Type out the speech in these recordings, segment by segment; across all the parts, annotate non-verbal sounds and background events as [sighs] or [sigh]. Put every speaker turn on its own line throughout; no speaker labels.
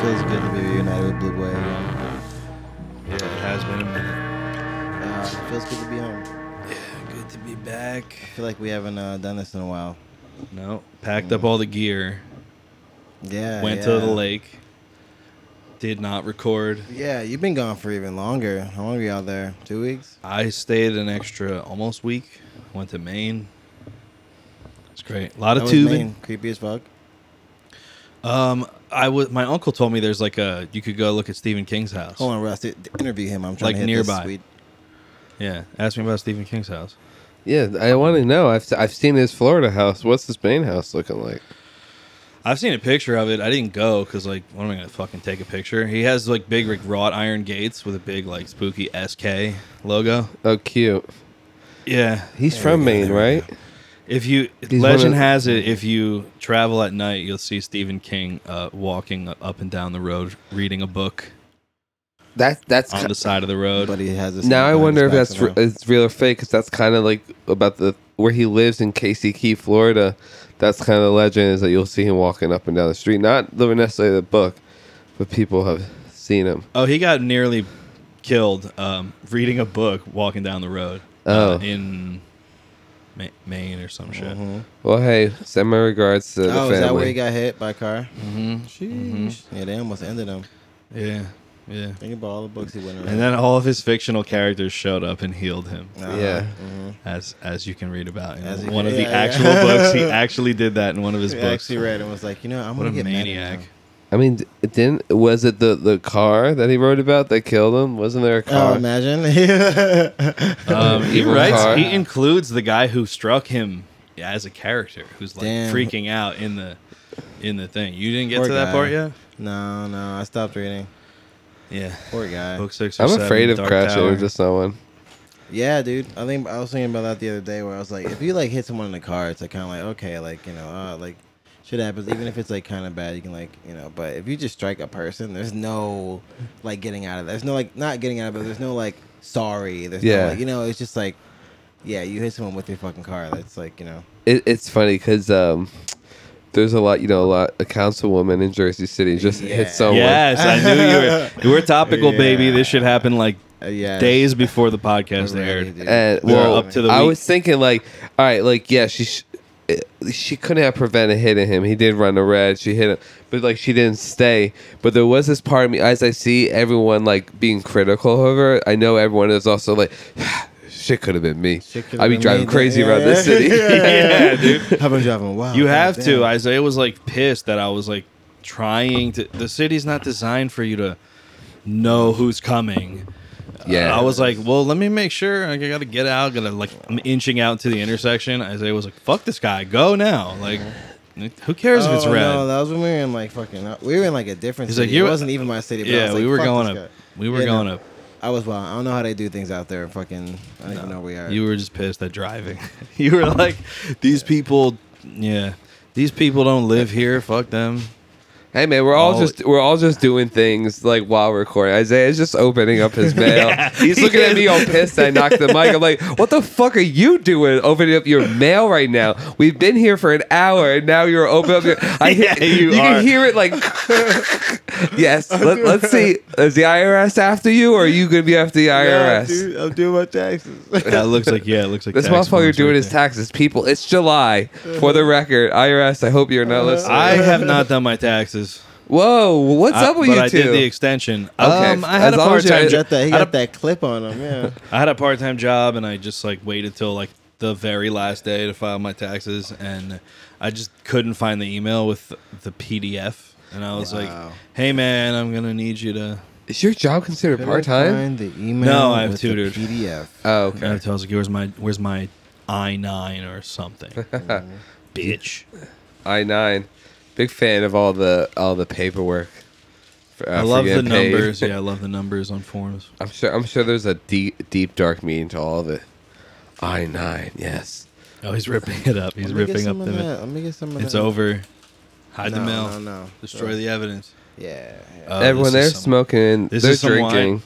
feels good to be reunited with Blue Boy again.
Yeah, it has been a minute.
Uh, it feels good to be home.
Yeah, good to be back.
I feel like we haven't uh, done this in a while.
No, packed up all the gear,
Yeah.
went
yeah.
to the lake, did not record.
Yeah, you've been gone for even longer. How long were you out there? Two weeks?
I stayed an extra almost week. Went to Maine. It's great. A lot of
That was
tubing.
Maine. Creepy as fuck.
Um, I was my uncle told me there's like a you could go look at Stephen King's house.
Hold on, Russ. to- to Interview him. I'm trying
Like
to hit this
nearby.
sweet-
Yeah, ask me about Stephen King's house.
Yeah, I want to know. I've I've seen his Florida house. What's his Maine house looking like?
I've seen a picture of it. I didn't go because like, what am I gonna fucking take a picture? He has like big like wrought iron gates with a big like spooky SK logo.
Oh, cute.
Yeah,
He's from Maine, right?
If you
He's one
legend
of-
has it, if you travel at night, you'll see Stephen King uh, walking up and down the road, reading a book
That that's
on
ki-
the side of the road.
But he has this.
now. I
behind
wonder if
his back
that's re-
somehow.
it's real or fake because that's kind of like about the where he lives in KC Key, Florida. That's kind of the legend is that you'll see him walking up and down the street. Not the necessarily the book, but people have seen him.
oh, he got nearly killed um, reading a book walking down the road
Oh.
uh, in Ma- Maine or some shit.
Mm-hmm.
Well, hey, send my regards to the
Oh,
family.
is that where he got hit by a car? Mm-hmm. Sheesh. Yeah, they almost ended him.
Yeah, yeah.
Think about all the books he went around.
And then all of his fictional characters showed up and healed him,
Uh-huh.
Yeah.
as as you can read about in
As you
one
can-
of the
yeah, yeah.
actual books.
[laughs]
He actually did that in one of his
I
books.
actually read and was like, you know, I'm
What
gonna
a
get mad at
maniac!
him.
I mean, d- it didn't was it the the car that he wrote about that killed him? Wasn't there a
Oh,
car?
imagine. [laughs]
Um, he
[laughs] Evil
writes.
car.
He includes the guy who struck him as a character, who's like
Damn.
freaking out in the in the thing. You didn't get
Poor
to that
guy.
part yet.
No, no, I stopped reading.
Yeah,
Poor guy.
book six. Or
I'm
seven,
afraid of
Dark
crashing
Tower.
into someone.
Yeah, dude. I think I was thinking about that the other day, where I was like, if you like hit someone in the car, it's like kind of like okay, like you know, uh, like shit happens. Even if it's like kind of bad, you can like you know. But if you just strike a person, there's no like getting out of that. There's no like not getting out of it. There's no like sorry. There's no
Yeah.
like, you know, it's just like yeah, you hit someone with your fucking car. That's like you know.
It, it's funny because um, there's a lot, you know, a lot. A councilwoman in Jersey City just
Yeah.
hit someone.
Yes, I knew
[laughs]
you were. You were topical, baby. This should happen like
Uh, yeah.
days before the podcast
Already,
aired.
dude.
And
We were
well,
up to the
I
week.
was thinking like, all right, like yeah, she sh- it- she couldn't have prevented hitting him. He did run the red. She hit him, but like she didn't stay. But there was this part of me as I see everyone like being critical of her. I know everyone is also like. [sighs] Shit could have been me.
Shit could've
I'd be
been
driving
me,
crazy
yeah,
around
yeah. [laughs]
this
[laughs]
city.
yeah, dude.
I've been driving wild.
You
God
have
damn.
to. Isaiah was like pissed that I was like trying to. The city's not designed for you to know who's coming.
Yeah.
I was like, well, let me make sure. Like, I got to get out. Gotta like, I'm inching out to the intersection. Isaiah was like, fuck this guy. Go now. Like, who cares if it's
Oh,
red?
No, that was when we were in like fucking. uh, We were in like a different.
He's like,
city.
you-
it wasn't even my city. But I
yeah,
was like,
we were
"Fuck
going
this
up.
guy."
We were
You know,
going up.
I was wild. I don't know how they do things out there. Fucking, I don't even know where we are. [laughs]
You were just pissed at driving. [laughs] you were like, these people, yeah, these people don't live here. Fuck them.
Hey man, we're all
All-
just we're all just doing things like while recording. Isaiah's just opening
[laughs]
up his mail.
Yeah,
He's
he
looking at
is.
me all pissed. I knocked the mic. I'm like, "What the fuck are you doing? Opening up your mail right now? We've been here for an hour, and now you're
[laughs]
opening up your. I
Yeah, you are.
can hear it like. [laughs] yes. Let, let's see. Is the IRS after you, or are you gonna be after the IRS?
I'm doing my taxes. [laughs]
That looks like yeah. It looks like
this
tax forms
motherfucker doing
right
his
there.
taxes, people. It's July. For the record, IRS. I hope you're not listening.
Uh, I have not done my taxes.
Whoa, what's
I-
up with
but
you
I
two?
did the extension.
Okay,
Um, I had
as
a
long
part
as you-
time.
he
job.
got, that, he
I, had
got
a,
that clip on him.
[laughs]
Yeah.
I had a part time job, and I just like waited till like the very last day to file my taxes, and I just couldn't find the email with the PDF, and I was
Wow.
like, "Hey man, I'm gonna need you to."
Is your job considered
Couldn't
part time?
find The email.
No, I have
with
two,
the
dude.
PDF.
Oh,
And I
okay.
was like, "Where's my Where's my I nine or something?" Bitch.
I nine. Big fan of all the all the paperwork. for, uh,
I
for
love the
getting paid.
numbers. Yeah, I love the numbers on forms.
I'm sure. I'm sure there's a deep deep dark meaning to all of it. I nine. Yes.
Oh, he's ripping it up. He's
Let me get
ripping up
some of
the.
that. Let me get some of
It's
that.
over. Hide
No,
the mail.
no, no.
Destroy the evidence.
Yeah. yeah.
Oh,
Everyone,
this
they're
is some-
smoking.
this
They're
is some wine.
drinking.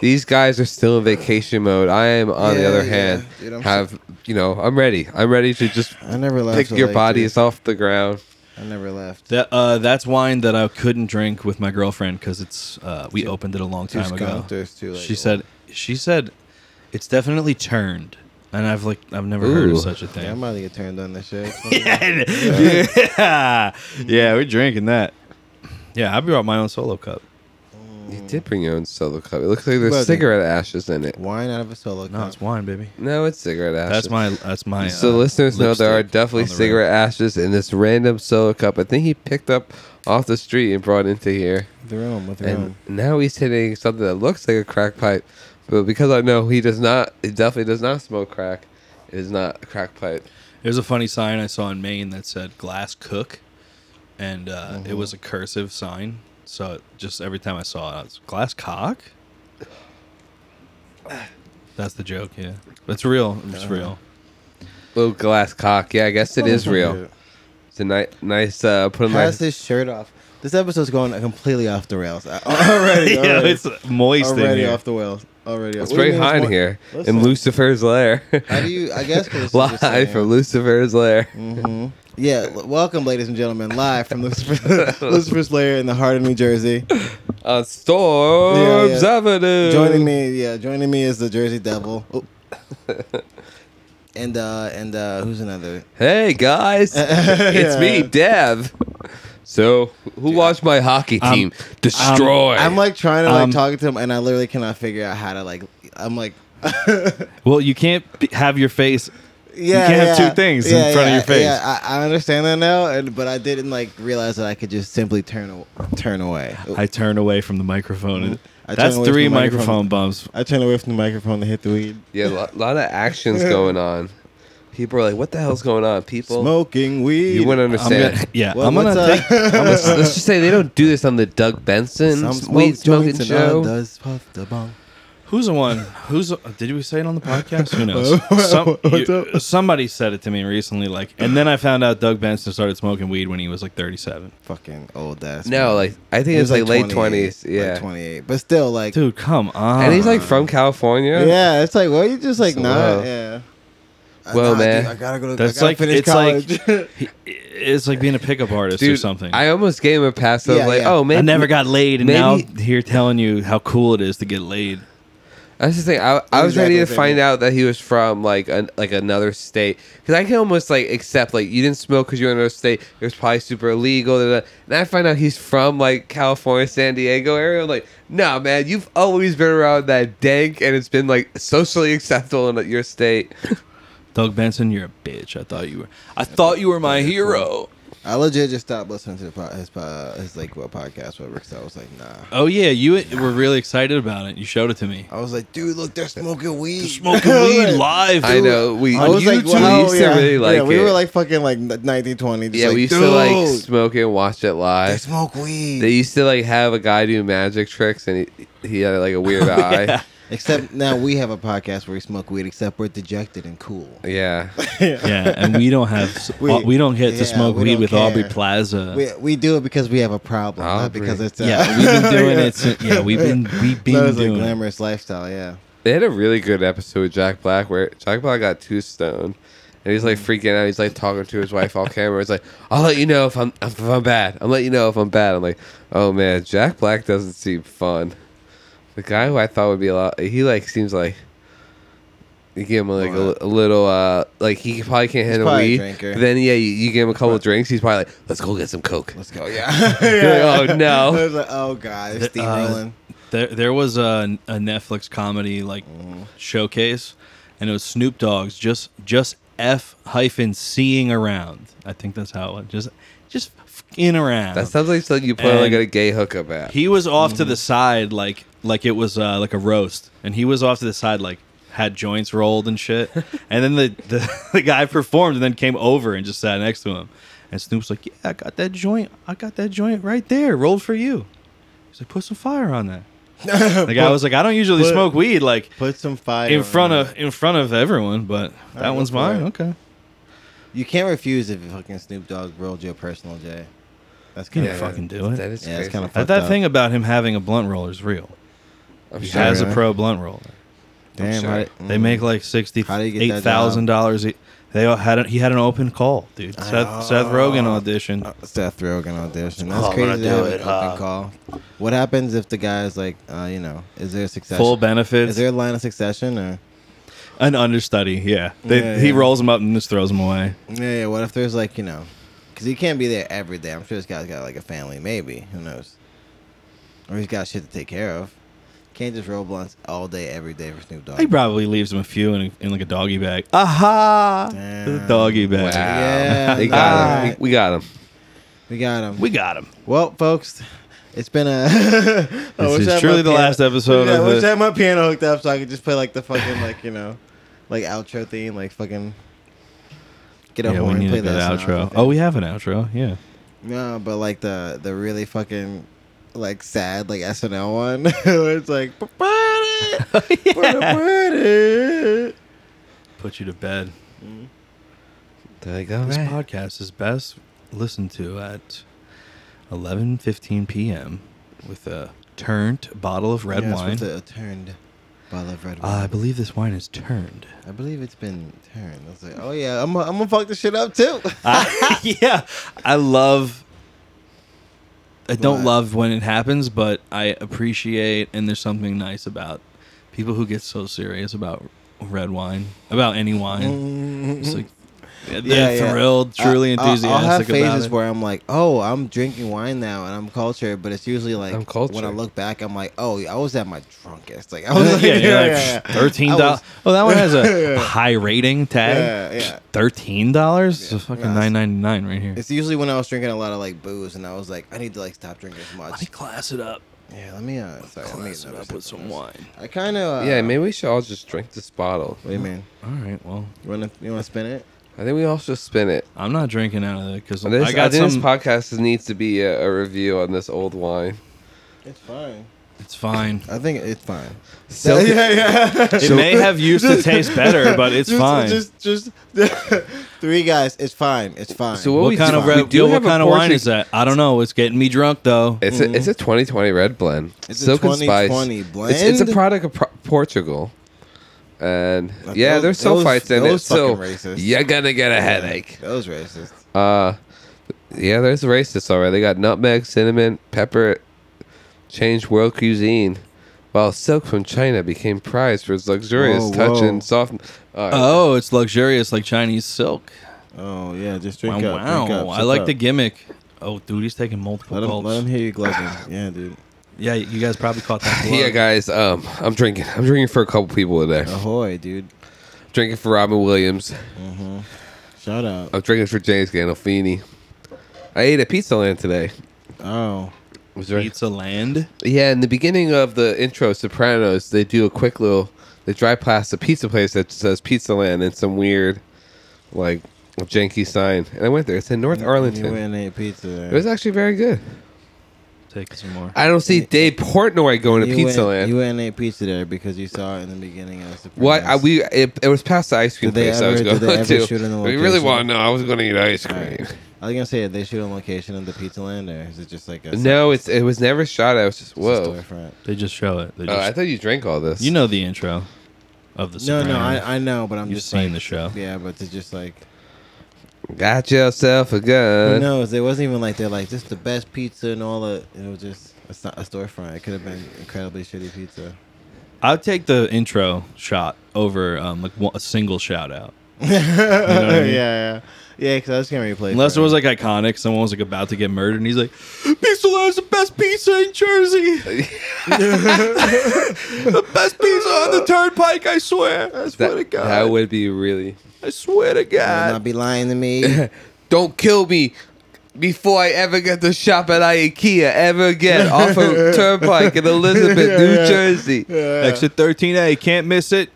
These guys are still in vacation mode. I am, on the
Yeah,
other
yeah.
hand,
Dude, I'm
have you know? I'm ready. I'm ready to just
[laughs] I never left.
pick
till,
your
like,
bodies off the ground.
dude, I never left.
That uh, that's wine that I couldn't drink with my girlfriend because it's uh, we opened it a long
Too
time ago.
skunked or it's too like
she said she said it's definitely turned, and I've like I've never heard of
Ooh.
such a thing.
Yeah, I'm about to get turned on this
[laughs]
shit.
yeah. yeah, we're drinking that. Yeah, I brought my own solo cup.
You
Mm.
did bring your own solo cup. It looks like there's
Wasn't.
cigarette ashes in it.
Wine out of a solo
No,
cup.
it's wine, baby.
No, it's cigarette ashes.
That's my that's my.
So
uh,
listeners know there are
lipstick
definitely
on the
cigarette ashes in this random solo cup. I think he picked up off the street and brought into here,
With the room, with the
and
room.
now he's hitting something that looks like a crack pipe, but because I know he does not, he definitely does not smoke crack. It is not a crack pipe.
road. There's a funny sign I saw in Maine that said "glass cook," and uh,
Mm-hmm.
it was a cursive sign. So just every time I saw it, I was glass cock. That's the joke. Yeah, that's real. It's real.
Little glass cock. Yeah, I guess it is real. It's a ni- nice uh, put on
Has
nice.
this shirt off. This episode's going completely off the
[laughs]
rails. [laughs] I- Already,
[laughs] yeah,
already,
it's moist in
already
here.
off the rails. Already.
It's very hot in here in Lucifer's lair.
How
[laughs]
do you? I guess. 'cause this is just
Live from
saying.
Lucifer's lair.
Mhm. Yeah, l- welcome, ladies and gentlemen, live
[laughs]
from [laughs] Lucifer, Lucifer's Lair in the heart of New Jersey.
Uh, Storms
Yeah, yeah.
Avenue.
Joining me, yeah, joining me is the Jersey
[laughs]
Devil. Oh. And uh and uh who's another?
Hey guys,
[laughs]
it's me,
Yeah.
Dev. So, who watched my hockey
I'm-
team destroy?
Um, I'm like trying to like
Um,
talk to him, and I literally cannot figure out how to like. I'm like,
Well, you can't be- have your face
yeah,
can't have
yeah.
two things in front of your face.
Yeah, I, I understand that now, and but I didn't like realize that I could just simply turn aw- turn away.
I turn away from the microphone. and
Mm-hmm. I turn
That's
away from
three
the
microphone
microphone.
bumps.
I turned away from the microphone to hit the weed.
yeah, a lot, lot of
[laughs]
actions going on. People are like, "What the hell's going on?" People,
Smoking weed.
you wouldn't
I'm gonna-
understand.
yeah,
What-
I'm gonna.
what's, uh,
Think, I'm gonna
Let's just say they don't do this on the Doug
[laughs]
Benson
Some
s- weed
smoke
smoking
joints and uh,
show.
others puff the bong.
who's the one? Who's the- did we say it on the podcast? Who knows?
[laughs] What-
Some,
what's
you-
up?
somebody said it to me recently. Like, and then I found out Doug Benson started smoking weed when he was like 37.
Fucking old ass.
No, like I think it's like, late twenties. Yeah,
twenty eight. But still, like,
Dude, come on.
and he's like from California.
yeah, it's like, well, you just like
So,
not,
wow.
yeah. Uh,
Well,
nah, dude,
man.
I gotta go. To,
That's
I gotta
like
finish
it's
college.
like [laughs] he- it's like being a pickup artist or
Dude,
something.
I almost gave him a pass. I was
Yeah,
like,
yeah.
"Oh, man,
I never got laid, and
maybe-
now I'm here telling you how cool it is to get laid.
That's the thing. I, I was
Exactly,
ready to
baby.
find out that he was from like an, like another state because I can almost like accept like you didn't smoke because you were in another state. It was probably super illegal. Da, da, da. And I find out he's from like California, San Diego area. I'm like, nah, man, you've always been around that dank, and it's been like socially acceptable in your state.
Doug Benson, you're a bitch. I thought you were. I thought you were my hero.
I legit just stopped listening to the po- his, po- his like what podcast, whatever. Because I was like, nah.
Oh yeah, you were really excited about it. You showed it to me.
I was like, dude, look, they're smoking weed. [laughs]
[laughs] Smoking weed live.
I know we
I
on
was like,
YouTube,
wow,
we used to
yeah.
really like
yeah, we
it.
were like fucking like 1920. Just
yeah,
like,
we used
dude,
to like smoke it and watch it
they
live.
smoke weed.
They used to like have a guy do magic tricks, and he, he had like
[laughs]
a weird
Oh,
eye.
yeah.
Except now we have a podcast where we smoke weed, except we're dejected and cool.
Yeah.
yeah, and we don't have we,
We-
we don't get
yeah,
to smoke
we
weed
don't
with Aubrey
care.
Plaza.
We, we do it because we have a problem, not
Aubrey.
because it's a, [laughs]
yeah, we've been doing it. Since, yeah, we've been we've been
that was a
doing. it.
glamorous lifestyle. Yeah,
They had a really good episode with Jack Black where Jack Black got too stoned. And he's like freaking out. He's like talking to his wife off camera. He's like, "I'll let you know if I'm if I'm bad. I'll let you know if I'm bad." I'm like, "Oh man, Jack Black doesn't seem fun." The guy who I thought would be a lot, he like seems like you give him like a, li- a little uh like he probably can't handle
probably a
weed.
drinker.
But then yeah, you, you give him a couple drinks. He's probably like, "Let's go get some coke."
let's [laughs] go. Yeah. yeah.
You're like, [laughs] oh
I
no,
was like, oh god,
Uh,
it's steamrolling.
There there was a, a Netflix comedy like
Mm.
showcase, and it was Snoop Dogg's just just f hyphen seeing around. I think that's how it went. just just in around.
that sounds like something you put on like
And-
a gay hookup at.
He was off
Mm-hmm.
to the side, like like it was uh, like a roast, and he was off to the side, like had joints rolled and
[laughs]
shit. and then the, the [laughs] the guy performed, and then came over and just sat next to him. And Snoop's like, "Yeah, I got that joint. I got that joint right there, rolled for you." He's like, "Put some fire on
[laughs]
that." The guy was like, "I don't usually
put-
smoke weed, like
Put some fire
in front
on it.
of in front of everyone, but that
go
one's
for
mine."
it.
Okay.
You can't refuse if fucking Snoop Dogg rolled your personal J. That's
Can't
kind of
fucking do it.
That is
Yeah, it's
crazy.
kinda
That,
fucked
that
up.
thing about him having a blunt roller is real.
I'm
He
sure.
has a
really?
pro blunt roller.
Damn, Mm.
sure.
how did-
They make like sixty
How do you
eight
get that job? Oh.
thousand dollars. They They all had a, he had an open call, dude. Seth Seth Rogen auditioned.
Uh, Seth Rogen audition. That's
Oh, I'm gonna
crazy to
do
have an
it,
open
huh?
call. What happens if the guy's like, uh, you know, is there a succession?
Full
Is
benefits,
there a line of succession or?
an understudy. Yeah, they,
Yeah,
he
yeah.
rolls him up and just throws him away.
Yeah, yeah. What if there's like you know, because he can't be there every day. I'm sure this guy's got like a family, maybe. Who knows? Or he's got shit to take care of. Can't just roll blunts all day, every day for Snoop Dogg.
He probably leaves him a few in, in like a doggy bag. Aha!
Damn.
The doggy bag.
Wow.
Yeah,
They got
nah.
him. We, we got him.
we got him.
We got him.
well, folks, it's been a. [laughs] I
This
wish
is
I had
truly
my
the
piano-
last episode
Yeah,
of
I wish
the-
I had my piano hooked up so I could just play like the fucking like you know, like outro theme, like fucking. Get up
yeah, we
horn,
need
play
a good
that song or
outro.
something.
Oh, we have an outro. Yeah.
No, but like the the really fucking like sad like SNL one [laughs] where it's like
[laughs]
"Ba-ba-da, ba-da-ba-da."
Put you to bed. Mm.
They're like, all
This
right.
podcast is best listened to at 11:15 p.m. with a turned bottle of red
Yeah, it's
wine.
with a turned bottle of red
Uh, I
wine.
believe this wine is turned.
I believe it's been turned. I was like, oh yeah, I'm gonna- I'm gonna fuck this shit up too.
I- [laughs] yeah, I love. I don't
What?
love when it happens, but I appreciate, and there's something nice about people who get so serious about red wine, about any wine.
[laughs]
It's like they're thrilled, truly
Mm-hmm. I- I'll-
enthusiastic
I'll have
about
phases
[laughs] it.
where I'm like, oh, I'm drinking wine now and I'm cultured, but it's usually like
I'm cultured.
when I look back, I'm like, oh, I was at my drunkest. Like I was like,
yeah, you're like,
[laughs] yeah, yeah.
thirteen
I
dollars.
was-
Oh, that
[laughs]
one has a high rating tag.
Yeah, yeah.
Thirteen dollars. It's fucking
Nah, it's-
nine ninety nine right here.
It's usually when I was drinking a lot of like booze, and I was like, I need to like stop drinking as
Let
much.
me class it up.
yeah, let me uh, sorry, let me
Class it
another
up
sip of
with some
this.
wine.
I kind of uh,
yeah, maybe we should all just drink this bottle.
What do you mean?
All right. Well,
You wanna you wanna spin it?
I think we all should spin it.
I'm not drinking out of it because
This,
I
uh,
got
think
some.
this podcast needs to be a, a review on this old wine.
It's fine. [laughs]
it's fine.
I think it's fine. [laughs] [laughs]
So,
yeah, yeah.
It may have
[laughs]
used to taste better, but it's
just,
fine.
Just just [laughs] three guys. It's fine. Oh, It's fine.
So what
what
we
kind
do-
of
we
red,
do
yo, what
have a
kind of wine
Portu-
is that? I don't know. It's getting me drunk though.
It's a it's a 2020 red blend.
It's a
Silk and spice.
2020
It's, it's
blend?
a product of pro- Portugal. And
Like,
yeah,
those-
there's sulfites
those-
in it,
those
so
fucking racists.
you're gonna get a headache.
Those racist.
Uh, yeah, there's racists already. They got nutmeg, cinnamon, pepper. Changed world cuisine, while silk from China became prized for its luxurious
Whoa,
touch
whoa.
and soft. all
uh,
right.
Oh, it's luxurious like Chinese silk.
Oh yeah, just
Wow,
drink up.
wow.
drink up,
I
sip
like
up.
the gimmick. Oh, dude, he's taking multiple
Let him,
gulps.
let him hear you glugging. yeah, dude.
Yeah, you guys probably caught
[laughs]
that.
yeah,
glug.
guys. Um, I'm drinking. I'm drinking for a couple people today.
Ahoy, dude.
Drinking for Robin Williams.
Shout out.
I'm drinking for James Gandolfini. I ate at Pizza Land today.
Oh.
Was there-
Pizza Land.
Yeah, in the beginning of the intro, Sopranos, they do a quick little. They drive past a pizza place that says Pizza Land and some weird, like, janky sign. And I went there. It's in North
You
Arlington.
went and ate pizza.
It was actually very good.
Take some more.
I don't see Dave Portnoy going to
you
Pizza
went,
Land.
You went and ate pizza there because you saw it in the beginning of the
Well, I, we it, it was past the ice cream
Did they
place I was
ever-
going
did they ever
to.
shoot in the
[laughs] we really
location?
want to know. I was going to eat ice
All
cream.
right. I was gonna say, did they shoot on location in the Pizza Land, or is it just like a
No, it's it was never shot. I was just
it's a
whoa.
storefront?
They just show it. They
Oh,
just,
I thought you drank all this.
you know the intro of the.
No,
Sopranos.
no, I, I know, but I'm
You've
just
seen
like-
the show.
Yeah, but it's just like
got yourself a
who
gun.
knows? It wasn't even like they're like this is the best pizza and all the. It was just a, sto- a storefront. It could have been incredibly shitty pizza.
I'd take the intro shot over um, like one, a single shout out. You know what I
[laughs] yeah,
mean?
yeah, yeah. Because I was gonna replay.
Unless it
it
was like iconic, someone was like about to get murdered, and he's like, "Pizza Land's the best pizza in Jersey,
[laughs]
the best pizza on the turnpike. I swear, I swear to
That,
God,
that would be really.
I swear to
Will
God."
not be lying to
[laughs]
me. [laughs]
Don't kill me before I ever get to shop at IKEA ever again off of Turnpike in Elizabeth, New Jersey.
Exit thirteen A, can't miss it.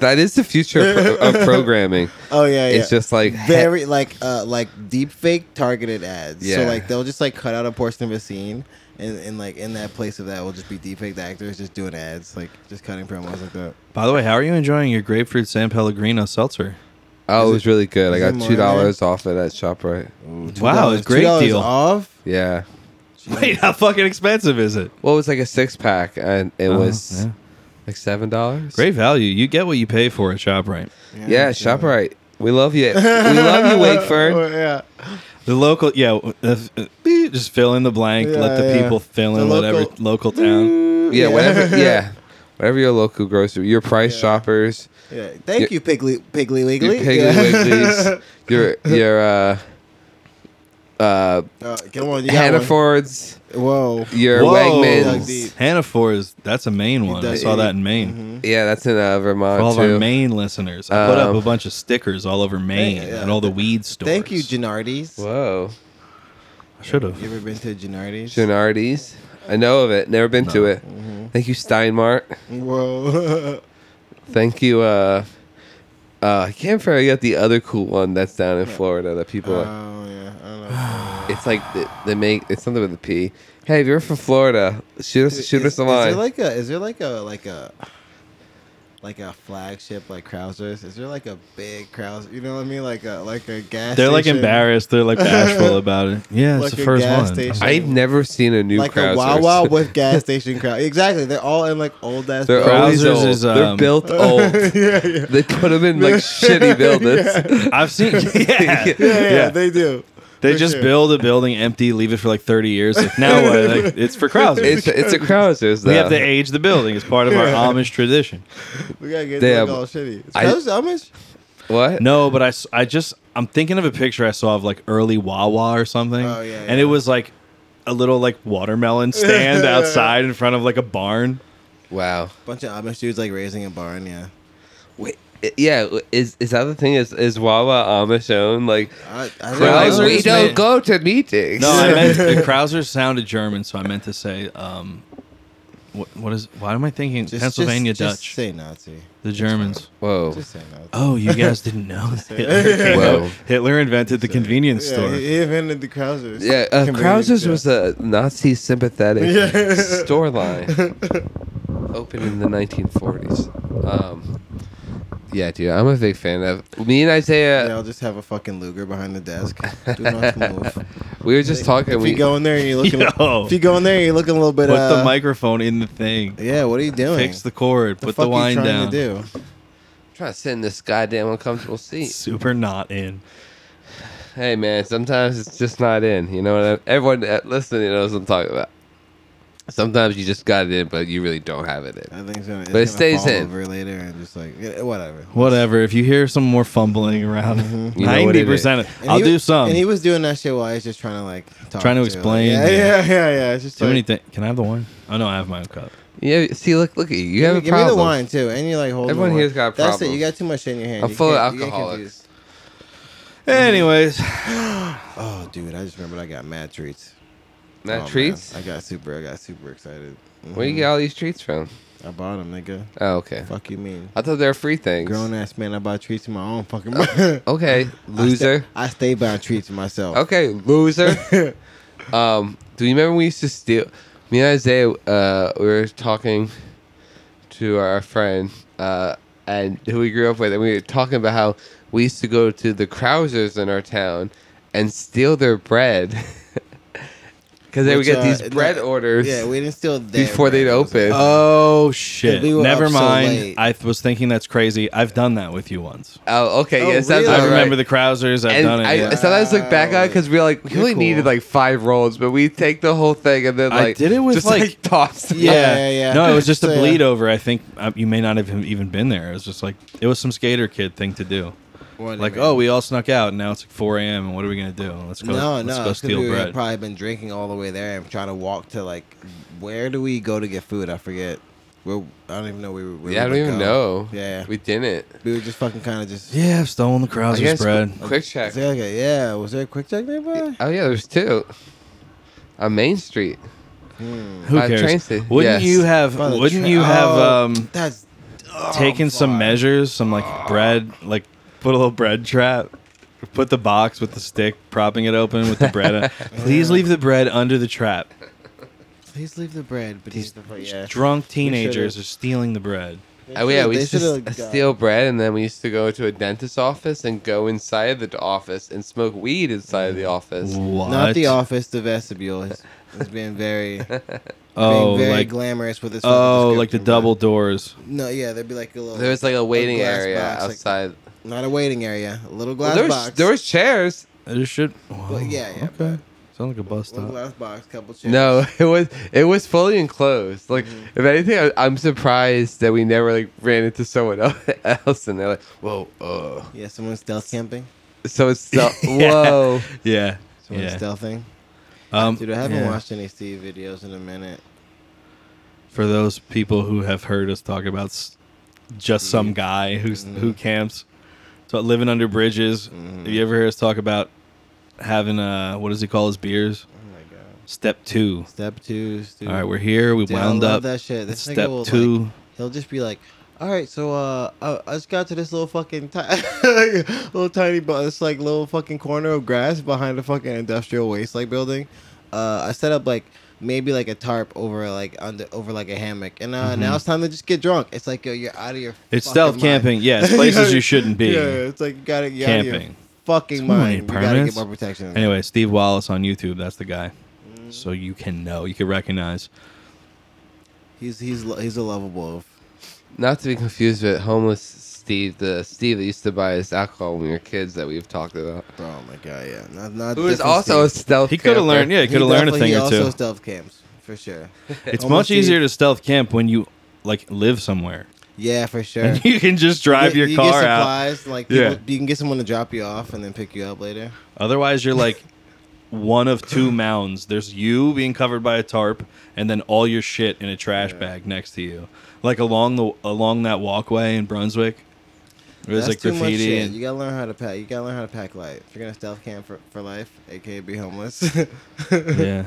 That is the future of, pro- of programming.
oh yeah, yeah.
It's just like
very like uh like deep fake targeted ads. So
Yeah.
like they'll just like cut out a portion of a scene and, and like in that place of that will just be deep faked actors just doing ads, like just cutting promos like that.
By the way, how are you enjoying your grapefruit San Pellegrino seltzer?
oh, it was really good. I
is it
got
more
two dollars off it at Shoprite.
Wow, it's a great
$2
deal.
off.
Yeah,
Wait, how fucking expensive is it?
well, it was like a six pack, and it
Oh,
Uh-huh,
was
yeah.
like seven dollars.
great value. You get what you pay for at Shoprite.
Yeah, Shoprite. We love you. We love
[laughs]
you, Wakeford.
yeah.
The local, yeah, uh, uh, beep, just fill in the blank.
Yeah,
let the
yeah.
people fill
The
in whatever
local- Mm.
local, town.
Yeah, whatever. Yeah, whatever your local grocery, your Price Shoppers,
Yeah. Thank you, Piggly Piggly Wiggly.
your Piggly Wigglies, your your uh, uh,
[laughs] Uh, come on, you got one.
Hannafords,
Whoa.
your
Dug
Wegmans.
deep. Mm-hmm.
Hannaford is that's a Maine one. I
dug
saw
deep.
that in Maine.
Yeah, that's in uh, Vermont
For all of
too.
our Maine listeners, I put up a
Um,
bunch of stickers all over Maine
yeah.
and all the weed stores.
Thank you, Gennardi's.
Whoa,
I should have.
You ever been to Gennardi's?
Gennardi's. I know of it. Never been to it.
Mm-hmm.
Thank you, Steinmart.
Whoa. [laughs]
Thank you. Uh, uh, I can't forget the other cool one that's down in Florida that people.
oh
are
yeah. I don't
[sighs]
Uh.
know.
It's like th- they make it's something with a P. Hey, if you're from Florida, shoot us, shoot
is,
us a
Is
line.
there like a? Is there like a like a? Like a flagship, like Krausers. Is there like a big Krauser? You know what I mean? Like a like a gas.
They're like
station?
embarrassed. They're like
[laughs]
bashful about it. Yeah, it's
Like
the
a
first
gas
one.
station.
I've never seen a new
like
Krausers.
a Wawa with gas station crowd. Exactly. They're all in like old ass.
[laughs] They're
buildings.
always
Krausers
old.
is,
They're
um, [laughs]
built old.
yeah, yeah.
They put them in like shitty buildings.
[laughs]
[laughs]
I've seen. [laughs] Yeah,
Yeah,
yeah.
yeah, [laughs] yeah, they do.
They
For
just
sure.
build a building empty, leave it for like 30 years.
[laughs]
Like, now what? Like, it's for Krausers.
It's uh, it's a Krausers though.
we have to age the building. It's part of
[laughs]
our Amish tradition.
We gotta get
Damn.
like all shitty. Is
I-
Kraus Amish?
[laughs]
what?
No, but I, s- I just, I'm thinking of a picture I saw of like early Wawa or something.
Oh, yeah,
And
yeah.
it was like a little like
[laughs]
watermelon stand outside in front of like a barn.
Wow.
Bunch of Amish dudes like raising a barn. Yeah.
Wait. i- Yeah. Is is that the thing? Is is Wawa Amish owned? Like,
I, I
They're
like,
Krausers,
we don't
man.
go to meetings.
No, I
[laughs]
meant the Krausers sounded German, so I meant to say, um, what, what is, why am I thinking
Just-
Pennsylvania
just-
Dutch?
Just say Nazi.
the Germans.
Whoa.
Just say Nazi.
Oh, [laughs] you guys didn't know
[laughs]
that Hitler,
saying.
came [laughs]
Whoa.
up- Hitler invented the convenience
yeah,
store.
He, he invented the Krausers.
Yeah, uh,
Convenience
Krausers
store.
was a Nazi sympathetic
Yeah.
store
[laughs]
line, opened in the 1940s. Um, yeah, dude, I'm a big fan of. Me and Isaiah,
Yeah, I'll just have a fucking Luger behind the desk. Do not
[laughs]
move.
we were just talking.
If
we,
you go in there and you're looking,
Yo.
if you go in there and you're looking a little bit.
Put
uh,
the microphone in the thing.
Yeah, what are you doing?
Fix the cord.
The
put
fuck
the
you
wine
trying
down.
To
trying to sit in this goddamn uncomfortable seat.
Super not in.
Hey, man, sometimes it's just not in. You know what? I, everyone uh, listening knows what I'm talking about. Sometimes you just got it in, but you really don't have it
do. I think so.
But it stays in.
over later and just like yeah, whatever.
Whatever. If you hear some more fumbling around, [laughs]
You know what
ninety
it is.
percent.
Mm-hmm. And
I'll
he
do
was-
some.
And he was doing that shit while he's just trying to like talk
Trying to
it.
explain,
Yeah,
yeah.
yeah, yeah, yeah. It's just
do
like,
anything. Can I have the wine? Oh no, I have my own cup.
in. Yeah, see, look, look at you. You
give
have
me,
a
give me
problem.
the wine too, and you're like holding.
Everyone
the wine.
here's got a
That's it.
problem.
You got too much shit in your hand.
I'm
You
full of
can't- you can't
alcoholics.
Anyways, anyways,
confuse- Oh, dude, I just remembered I got mad treats. Oh,
Not
man.
treats.
I got super. I got super excited.
Where you
Mhm.
get all these treats from?
I bought them, nigga.
Oh, okay.
Fuck you mean?
I thought they were free things.
Grown ass man, I buy treats to my own
[laughs]
fucking. I
Okay,
stay-
loser.
I stay buying treats to myself. [laughs]
Okay, loser. um, do you remember we used to steal? Me and Isaiah, uh, we were talking to our friend, uh, and who we grew up with, and we were talking about how we used to go to the Krausers in our town and steal their bread [laughs] because they would
Which,
get
uh,
these
no,
bread orders
Yeah, we didn't steal that Uh,
before they'd open.
oh shit!
we were
Never
up so
mind.
late.
I th- was thinking that's crazy. I've done that with you once.
oh, okay,
Oh,
yes, that's
really?
I
All
remember
right.
the Krausers. I've
and
done it.
I
yeah.
sometimes look back on it because we're like, we
You're
only
cool.
needed like five rolls, but we take the whole thing and then
I
like
did it with,
just, like,
like-
toss.
Yeah.
Yeah, yeah, yeah.
No, it was
[laughs]
just
So,
a
yeah.
bleed over. I think uh, you may not have even been there. It was just like it was some skater kid thing to do. Like, oh, we all snuck out, and now it's like 4 a.m. And what are we gonna do? Let's go.
no,
let's
no,
go
it's 'cause
steal
we had
bread.
probably been drinking all the way there and trying to walk to like, where do we go to get food? I forget. Where I don't even know where we. Where
Yeah, I
we
don't
would
even
go.
know.
Yeah, we,
we didn't.
were just fucking kind of just.
yeah, I've stolen the
I
Krauser's
guess
bread.
qu- quick check.
Is there like a- yeah, was there a quick check nearby?
Oh yeah, there's two on Main Street.
Who
uh, train
cares?
sta-
Wouldn't
yes.
you have?
By the
Wouldn't
train-
you have
Oh,
um,
that's oh,
taken some
fuck.
measures, some like bread, like put a little bread trap, put the box with the stick, propping it open with the
[laughs]
bread. on- Please leave the bread under the trap.
Please leave the bread, but
These
he's the bread. Yeah.
drunk teenagers are stealing the bread.
Oh yeah, we
They
used to
should've
s-
got-
steal bread, and then we used to go to a dentist's office and go inside the d- office and smoke weed inside of the
Mm.
office.
What?
Not the office, the vestibule. He's, he's been
[laughs]
very,
Oh,
being very
like
glamorous with his. fucking
oh, like the
description, but-
double doors.
No, yeah, there'd be like a little.
There was like a waiting
glass
area
box, like-
outside.
Not a waiting area. A little glass
There was,
box.
there was chairs.
I just should. Wow.
yeah, yeah,
Okay. Sounds like a bus
little
stop.
glass box. Couple chairs. Mm.
No, [laughs] it was it was fully enclosed. Like if anything, I, I'm surprised that we never like ran into someone [laughs] el- else, and they're like, "Whoa, uh."
Yeah, someone's stealth camping.
so it's stealth.
Yeah.
Whoa,
Yeah.
Someone's
Yeah.
stealthing.
Um,
Dude, I haven't
yeah.
watched any Steve videos in a minute.
For those people who have heard us talk about s- just
Mm-hmm.
some guy who's who camps, so living under bridges.
Mm-hmm.
Have you ever heard us talk about having uh what does he call his beers?
Oh my god.
Step two.
Step two. Steve.
All right, we're here. We
Dude, I
wound
love
up.
that shit. This nigga
Step
will,
two.
like- He'll just be like, "All right, so uh, I, I just got to this little fucking ti- [laughs] little tiny, but this like little fucking corner of grass behind a fucking industrial waste like building. Uh, I set up like maybe like a tarp over like under over like a hammock, and uh, now it's time to just get drunk. It's like yo, you're out of your.
Mm-hmm. It's
fucking
stealth
mind.
camping. Yeah,
[laughs]
it's places you shouldn't be.
Yeah, it's like you gotta you camping.
Camping.
fucking
Someone
mind.
need
You gotta get
permits?
more protection. than that.
Anyway, Steve Wallace on YouTube. That's the guy.
Mm-hmm.
So you can know, you can recognize.
He's he's lo- he's a lovable. wolf.
not to be confused with homeless Steve, the Steve that used to buy us alcohol when we were kids that we've talked about,
Oh my god, yeah, not not.
who is
different
also
Steve.
a stealth.
He could have
camper.
learned. [laughs] Yeah, he
He
could have learned a
definitely-
thing
he
or
also
two.
stealth camps for sure.
It's
Almost
much easier
easy.
to stealth camp when you like live somewhere.
Yeah, for sure.
And [laughs] you can just drive
You-
your
you get
car out.
supplies, Like people,
Yeah.
you can get someone to drop you off and then pick you up later.
Otherwise, you're
[laughs]
like one of two mounds. There's you being covered by a tarp, and then all your shit in a trash bag next to you, like along the along that walkway in Brunswick. There's
That's
like
too much
graffiti.
shit.
And,
You gotta learn how to pack. You gotta learn how to pack light. If you're gonna stealth camp for, for life, aka be homeless. [laughs] if
yeah.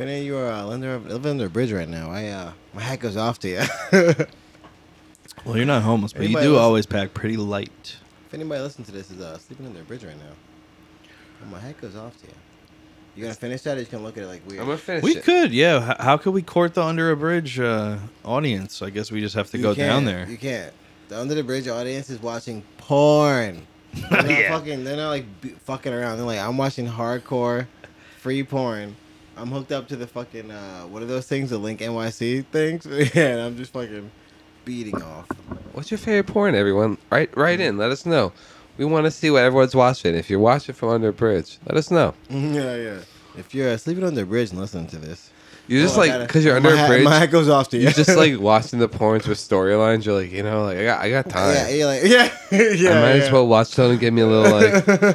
any of you are uh, under living under a bridge right now, I uh, my hat goes off to you. [laughs]
Well, you're not homeless, but
Anybody
you do
listen-
always pack pretty light.
if anybody listening to this is uh, sleeping under a bridge right now, well, my hat goes off to you. You gonna finish that, or you can look at it like weird?
I'm gonna finish
We
it.
could, yeah. H- how could we court the under a bridge uh, audience? I guess we just have to
You
go down
can't.
there.
You can't. The under the bridge audience is watching
[laughs]
porn. They're not
Yeah.
fucking. They're not like b- fucking around. They're like, I'm watching hardcore, free porn. I'm hooked up to the fucking uh, what are those things? The Link NYC things. [laughs] yeah, and I'm just fucking beating off. [laughs]
What's your favorite porn, everyone? Write right in. Let us know. We want to see what everyone's watching. If you're watching from under a bridge, let us know.
yeah, yeah. If you're uh, sleeping under a bridge and listening to this,
You're just
Oh, I
like
gotta-
because you're
my
under a
hat-
bridge.
My hat goes off to you.
[laughs]
[laughs]
You're just like watching the porns with storylines. You're like, you know, like I got, I got time.
yeah, you're like, [laughs] yeah, yeah.
I might
yeah.
as well watch something and give me a little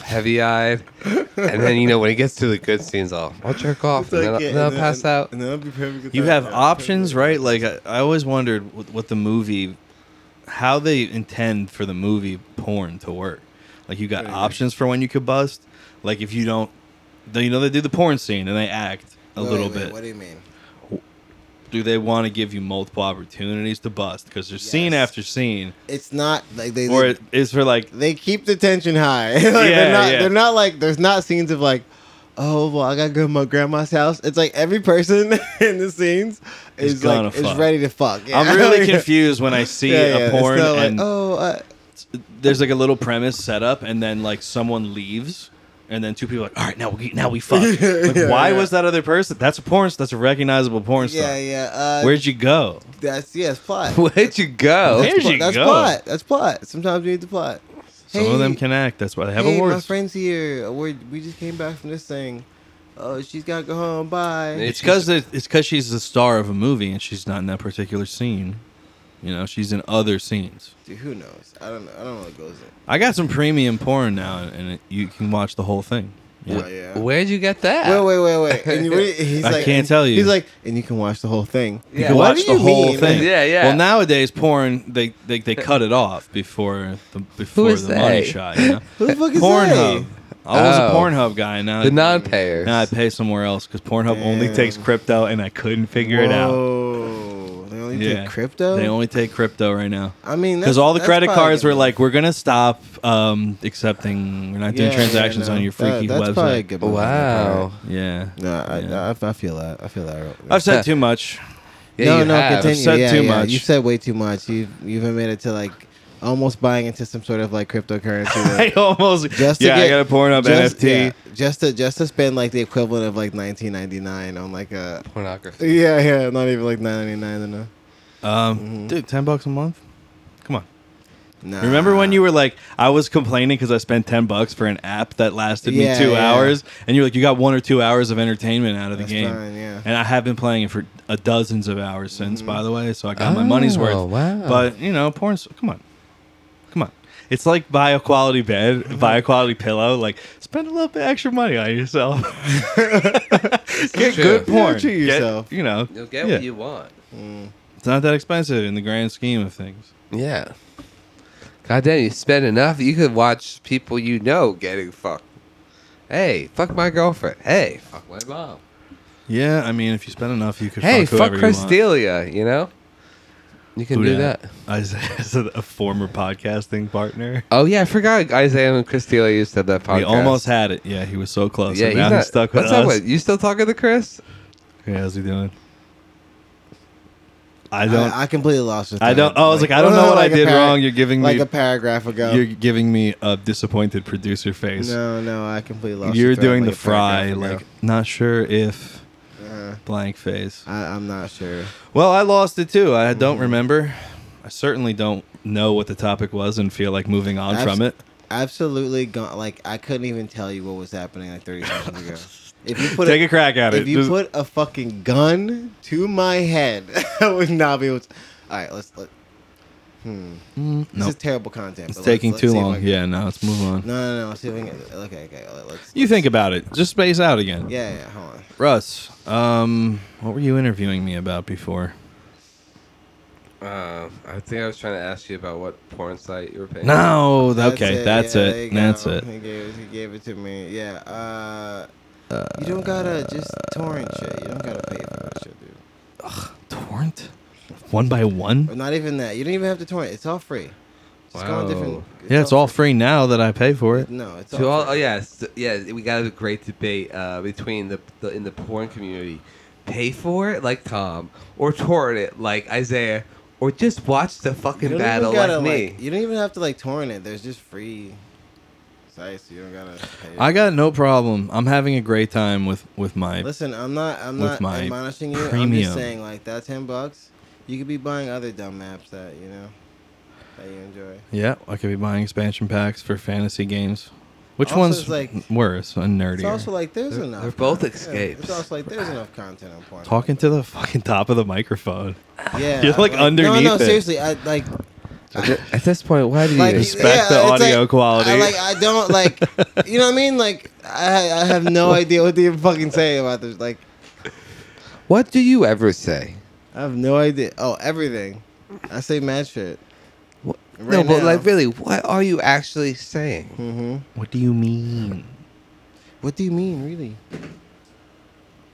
[laughs]
heavy eyed, and then you know when it gets to the good scenes, I'll I'll jerk off
It's
and
like,
then, I'll,
yeah,
then I'll
and
pass out.
And then I'll be perfect. with
You
that.
have
Yeah,
options,
perfect.
right? Like I, I always wondered what, what the movie, how they intend for the movie porn to work. Like you got
Yeah.
options for when you could bust. Like if you don't, they, you know they do the porn scene and they act a
Wait,
little
wait, wait,
bit.
What do you mean?
do they want to give you multiple opportunities to bust? Because there's scene
Yes.
after scene,
It's not like they
or it is for like
they keep the tension high. [laughs] Like,
Yeah,
they're not
yeah.
they're not like there's not scenes of like, oh well, I gotta go to my grandma's house. It's like every person [laughs] in the scenes
Is
is like
gonna
is
fuck.
ready to fuck. [laughs] Yeah.
I'm really
Like,
confused when I see
yeah, yeah.
a porn
it's not like,
and
oh uh,
there's like a little premise set up and then like someone leaves and then two people are like all right now we now we fuck like,
[laughs] Yeah,
why
yeah.
was that other person that's a porn that's a recognizable porn star
yeah, yeah. Uh,
where'd you go
that's yes,
[laughs]
plot.
[laughs] Where'd you go?
Where'd you
that's
go?
plot. That's plot. Sometimes you need the plot.
some of them
Hey,
can act that's why they have
hey, my
awards
friend's here. We we just came back from this thing. Oh, she's gotta go home. Bye.
It's
it's because it's because she's the star of a movie and she's not in that particular scene you know she's in other scenes
Dude, who knows? I don't know. I don't know what goes in.
i got some premium porn now and it, you can watch the whole thing yeah.
Oh, yeah.
Where'd you get that?
Wait, wait, wait, wait.
[laughs]
And you, he's
I
like,
can't
and-
tell you.
He's like, and you can watch the whole thing.
You
You can
What
watch
do you
the whole
mean?
thing.
Yeah, yeah.
Well, nowadays porn they they, they cut it off before the before
is
the money
they?
shot.
[laughs]
You know?
Who the fuck is
Pornhub.
they?
I was a
Oh.
Pornhub guy. Now,
The non-payers.
now I pay somewhere else because Pornhub only
Damn.
takes crypto, and I couldn't figure it out.
Whoa. They only
Yeah,
take crypto.
They only take crypto right now.
I mean,
Because
that's-
all the
that's
credit
probably
cards were
gonna-
like, we're gonna stop um, accepting, we're
Yeah,
not doing
yeah,
transactions
no.
on your freaky
That- that's Probably a
website.
good move on their
wow.
part.
Yeah,
No, I,
Yeah.
I, I feel that. I feel that. real-
I've said too
[laughs]
much.
Yeah,
no,
you
no,
have.
continue.
said
yeah,
too
yeah.
much.
You've said way too much. You've you've admitted to like almost buying into some sort of like
[laughs]
cryptocurrency.
I almost
Just to
yeah,
get-
I got a Pornhub
just,
NFT.
yeah, just to just to spend like the equivalent of like 19.99 on like a
Pornography.
yeah yeah not even like 9.99 I don't know.
Um, dude, ten bucks a month. Come on.
Mm-hmm. Nah.
Remember when you were like, I was complaining because I spent ten bucks for an app that lasted
Yeah,
me two
yeah.
hours, and you're like, you got one or two hours of entertainment out of
That's
the game.
fine, yeah. Mm-hmm.
And I have been playing it for a dozens of hours since, by the way. So I got my money's worth.
Oh, wow.
But you know, porn's come on, come on. It's like buy a quality
Mm-hmm.
bed, buy a quality pillow. Like spend a little bit extra money on yourself. Get
true.
[laughs] good
You know,
porn.
treat
Get-
yourself.
you know,
You'll get
yeah.
what you want.
It's not that expensive in the grand scheme of things.
Yeah. God damn, you spend enough. You could watch people you know getting fucked. Hey, fuck my girlfriend. Hey, fuck my mom.
Yeah, I mean, if you spend enough, you could.
Hey,
fuck,
fuck
whoever you want.
Christelia, you, know? You can
Who
do
dat?
that.
Isaiah is a former podcasting partner.
Oh, yeah, I forgot Isaiah and Christelia used to have that podcast.
We almost had it. Yeah, he was so close.
Yeah,
Yeah,
he's
now
not,
he's stuck with
what's
us.
up with? You still talking to Chris?
Yeah, how's he doing? I don't.
I, I completely lost it.
I don't- oh, I was like, I
[laughs]
don't know what I did wrong. You're giving
like
me-
a paragraph ago.
you're giving me a disappointed producer face.
no, no, I completely lost.
You're
the thread,
doing
like
the
a
fry,
paragraph
like
ago.
not sure if
Uh,
blank face.
I, I'm not sure.
Well, I lost it too. I don't
Mm-hmm.
remember. I certainly don't know what the topic was and feel like moving on
Abs-
from it.
Absolutely gone. Like I couldn't even tell you what was happening like 30 seconds
[laughs]
ago. If you put
Take a crack at
if
it.
you
Just-
put a fucking gun to my head, [laughs] I would not be able. to... All right, let's. Let, hmm. This
Mm, nope.
is terrible content.
It's
but let's-
taking
let's
too
see if I
long.
can-
Yeah, no, let's move on.
No, no, no. let's See if we can, okay, okay. let- Let's.
You think about it. Just space out again.
Yeah, yeah. Hold on.
Russ, um, what were you interviewing me about before?
Um, I think I was trying to ask you about what porn site you were paying.
No, okay, that's
yeah, there
it.
you
That's
go.
it.
He gave, it- he gave it to me. Yeah. Uh, you don't gotta just torrent shit. You don't gotta pay for that shit, dude.
Torrent? One by
Or
one?
not even that. You don't even have to torrent. It's all free. Just go on different.
Wow.
Yeah, it's all free now that I pay for it.
No, it's
To
all.
all,
free.
oh yes, yeah, we got a great debate uh, between the, the in the porn community, pay for it like Tom, or torrent it like Isaiah, or just watch the
You
fucking
don't even
battle
gotta,
like me.
You don't even have to like torrent it. There's just free sites. You don't gotta. Pay.
I got no problem. I'm having a great time with with my.
Listen, I'm not. I'm
With
not
my
admonishing you. I'm just
premium.
saying, like that ten bucks, you could be buying other dumb maps that you know that you enjoy.
Yeah, I could be buying expansion packs for fantasy games. Which
Also,
one's
it's like-
worse and
It's
nerdier?
also like there's
They're-
enough.
they're both
content.
escapes.
it's also like there's enough content on porn.
Talking to the fucking top of the microphone.
Yeah.
[laughs] You're, like, underneath
No, no,
it.
seriously. I like.
At thi- At this point, why do you?
Like,
expect-
Respect the
it's
audio
like-
quality.
I, like I don't
[laughs]
like, you know what I mean? Like I, I have no idea what to even fucking say about this. Like
what do you ever say?
I have no idea. Oh, everything. I say mad shit.
What? no,
Right
but
now.
like really, what are you actually saying?
Mm-hmm.
What do you mean?
What do you mean, really?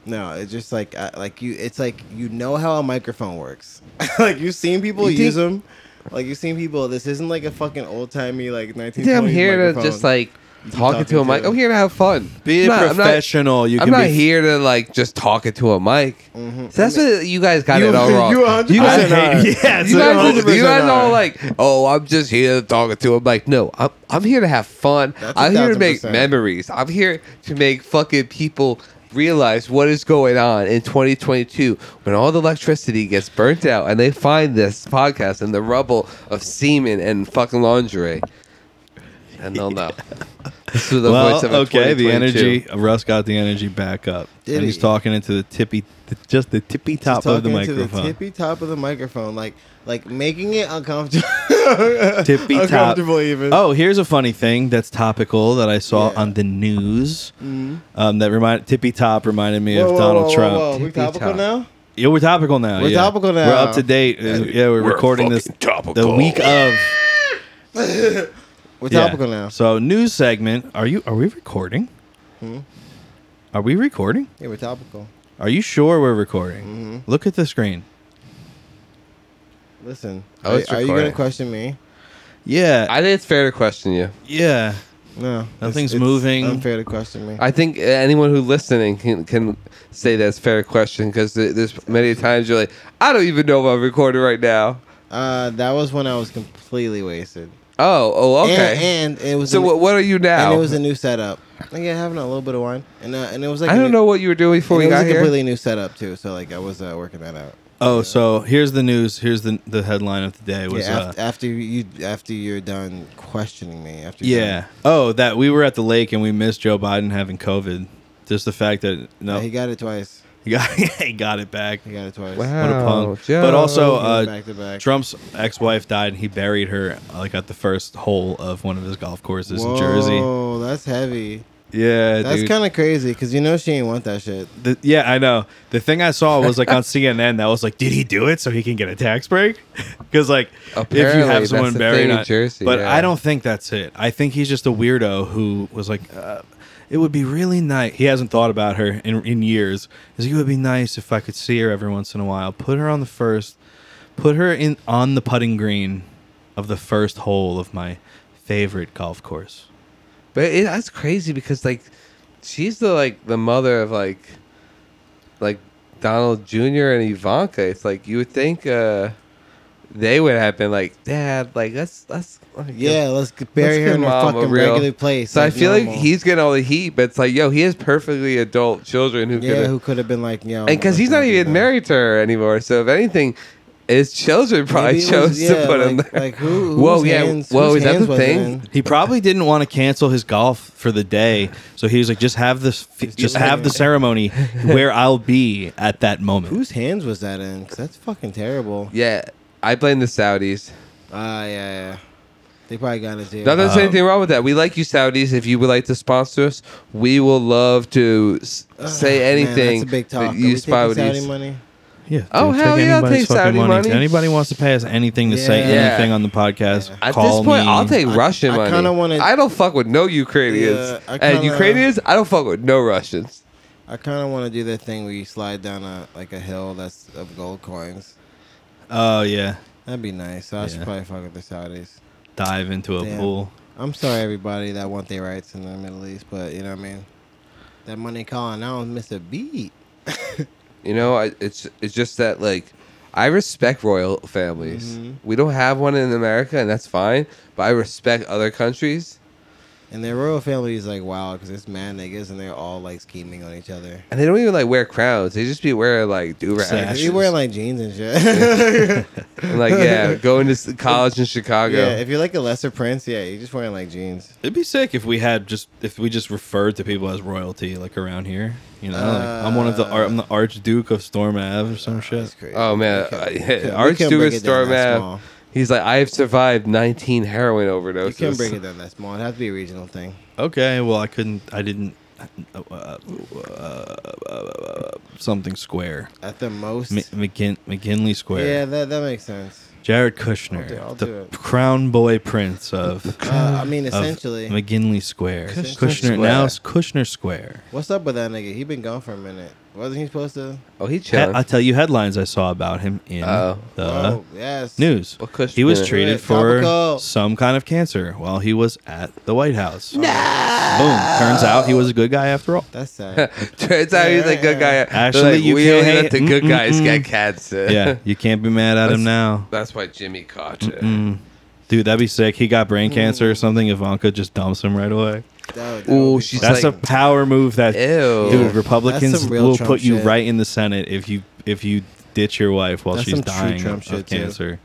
No, it's just like I, like you. It's like you know how a microphone works. [laughs] like you've seen people
You
use
think-
them. Like you've seen people. This isn't like a fucking old timey like nineteen.
Yeah, I'm here to just like talking to a
talking
mic.
to-
I'm here to have fun.
Be a
I'm not- I'm not-
professional. you
I'm
can
not,
be
here to like just talk it to a mic.
Mhm.
So that's what you guys
[laughs]
got
You-
it all wrong.
you 100%
You guys
are.
I
[laughs]
hate, yeah, it's
you
like,
guys,
oh,
hundred
you guys
percent
all
are.
like, oh, I'm just here talking to him. Like, no, I'm, I'm here to have fun.
That's a
I'm here to
thousand
make
percent.
memories. I'm here to make fucking people realize what is going on in 2022 when all the electricity gets burnt out and they find this podcast in the rubble of semen and fucking lingerie. And they'll know. This was the
well,
voice of a
okay, the
2022.
energy. Russ got the energy back up,
Did
and he's
he?
talking into the tippy, th- just the tippy top of
To
the
the
microphone.
tippy top of the microphone, like like making it uncomfortable. [laughs]
Tippy top.
uncomfortable even.
Oh, here's a funny thing that's topical that I saw
Yeah.
on the news.
Mhm.
Um, that remind tippy top reminded me
Whoa,
of
whoa,
Donald
whoa,
Trump.
Whoa, whoa. We
Tippy
topical
top.
now.
Yeah, we're topical now.
We're
yeah.
topical
We're
now.
up to date. Uh, yeah, we're, recording this the week of.
We're
yeah.
topical now.
So news segment. Are you? Are we recording?
Hmm?
Are we recording?
Yeah, we're topical.
Are you sure we're recording?
Mm-hmm.
Look at the screen.
Listen,
Oh,
are,
it's
are you
recording.
gonna question me?
Yeah,
I think it's fair to question you.
yeah.
No, it's-
Nothing's
it's
moving.
Unfair to question me.
I think anyone who listening can can say that's a fair question because there's many times you're like, I don't even know if I'm recording right now.
Uh, that was when I was completely wasted.
Oh, oh, okay.
And, and it was
so
a,
what, what are you now?
and it was a new setup. Like, yeah, having a little bit of wine, and uh, and it was like
I
a
don't
new,
know what you were doing before
and
we
it was
got
a
here.
completely new setup too. So like I was uh, working that out.
Oh, so here's the news. Here's the the headline of the day was
yeah,
uh,
after, after you after you're done questioning me after you're
yeah. Oh, that we were at the lake and we missed Joe Biden having COVID. Just the fact that
done-
no,
he got it twice
he got [laughs] he got it back.
he got it twice
Wow.
What a
Oh,
punk! But also,
He went
uh,
back to back
Trump's ex-wife died, and he buried her uh, like at the first hole of one of his golf courses in Jersey.
Whoa, that's heavy
Yeah,
that's
dude.
kind of crazy because you know she ain't want that shit
The, yeah, I know. The thing I saw was
[laughs]
like on CNN that was like, did he do it so he can get a tax break? [laughs] Because like, if
Apparently,
you have
that's
someone
the
buried
thing in
on-
Jersey,
but
yeah.
I don't think that's it. I think he's just a weirdo who was like, uh, it would be really nice. He hasn't thought about her in in years. He's like, it would be nice if I could see her every once in a while. Put her on the first, put her in on the putting green of the first hole of my favorite golf course.
But it, that's crazy because like she's the like the mother of like like Donald Jr. and Ivanka. It's like you would think uh they would have been like, Dad, like let's let's like,
yeah let's g- bury her
give
in her
mom a
fucking
real-
regular place
So I feel like
normal.
he's getting all the heat, but it's like, yo, he has perfectly adult children who
yeah
could
who could have been like yo
and because
let's
he's not
do
even
that.
married to her anymore. So if anything, his children probably
Maybe it
chose
was-
to
yeah,
put him
like-
there.
like who
Whoa,
whose
yeah,
hands-
whoa,
whose
is that
hands
the
was it
thing?
in?
He probably didn't want to cancel his golf for the day, so he was like, "Just have this, just
doing
have the
it.
ceremony where I'll be at that moment."
Whose hands was that in? 'Cause that's fucking terrible.
[laughs] yeah, I blame the Saudis.
Ah, yeah, yeah. They probably got it too.
Not that there's
Um,
anything wrong with that. We like you, Saudis. If you would like to sponsor us, we will love to s- say
[sighs]
anything.
Man, that's a big talk.
that
Are
You
we
spy
taking
would
Saudi
use.
money?
Yeah,
Oh,
dude,
hell yeah, I'll
anybody's
take
fucking
Saudi money.
If anybody wants to pay us anything to say
Yeah.
anything on the podcast,
At this
call
point,
me.
I'll take
I-
Russian
I
money.
kinda wanna-
I don't fuck with no Ukrainians.
Yeah, I
and
kinda-
Ukrainians, I don't fuck with no Russians.
I kind of want to do that thing where you slide down a like a hill that's of gold coins.
Oh yeah,
That'd be nice. So I should
Yeah.
probably fuck with the Saudis.
dive into a
Damn.
pool.
I'm sorry, everybody that want their rights in the Middle East, but you know what I mean. That money calling, I don't miss a beat.
You know, I, it's it's just that like I respect royal families.
Mhm.
Mm-hmm.
We don't have one in America, and that's fine. But I respect other countries,
And their royal family is like wow, because it's mad niggas and they're all like scheming on each other.
and they don't even like wear crowns. They just be wearing like do rags.
Sash.
You're wearing like jeans and
[laughs]
shit.
And, [laughs]
[laughs]
like yeah, going to s- college in Chicago.
Yeah, if you're like a lesser prince, yeah, you're just wearing like jeans.
It'd be sick if we had just if we just referred to people as royalty, like around here. You know, like, I'm one of the ar- I'm the Archduke of Storm Ave or some shit.
That's crazy.
Uh, Oh man,
We can't-
uh,
we
yeah,
can't- we can't break
Archduke
it down
Storm
that
Ave,
small.
He's like, I've survived 19 heroin overdoses.
You can't break it down that small. It has to be a regional thing.
Okay, well I couldn't. I didn't. Uh, uh, uh, something square.
At the most,
M- McGin- McKinley Square.
yeah, that that makes sense.
Jared
I'll do-
Kushner,
I'll do
the
it.
crown boy
[laughs]
prince of,
Uh, I mean,
of
essentially,
McGinley Square.
Kushner
Kushner, now
Square.
it's Kushner Square.
what's up with that nigga? He been gone for a minute. Wasn't he supposed to?
Oh, he
He-
chilling. [laughs]
I'll tell you headlines I saw about him in
Oh.
the
oh, yes.
news.
Well, Kushner-
He was
Yeah.
treated for
Topical.
some kind of cancer while he was at the White House. No! Boom. Turns out he was a good guy
[laughs]
after all.
That's sad.
Turns out he's a good guy. They're
uh, Actually,
like,
you
we
can't
only
hate-
let the good guys
Mm-mm-mm.
get cancer.
Yeah, you can't be mad at him
That's-
now.
[laughs] that's why Jimmy caught it.
Mm. Dude, that'd be sick. He got brain cancer or
Mm.
something. Ivanka just dumps him right away.
That would- that
Ooh,
would be
she's
fun.
That's
like-
a power move that
Ew.
Dude,
Yeah. That's
Republicans
some real
will
Trump
put you
shit.
right in the Senate if you if you ditch your wife while
That's
she's
some true
dying
Trump
of, of
shit, too.
cancer.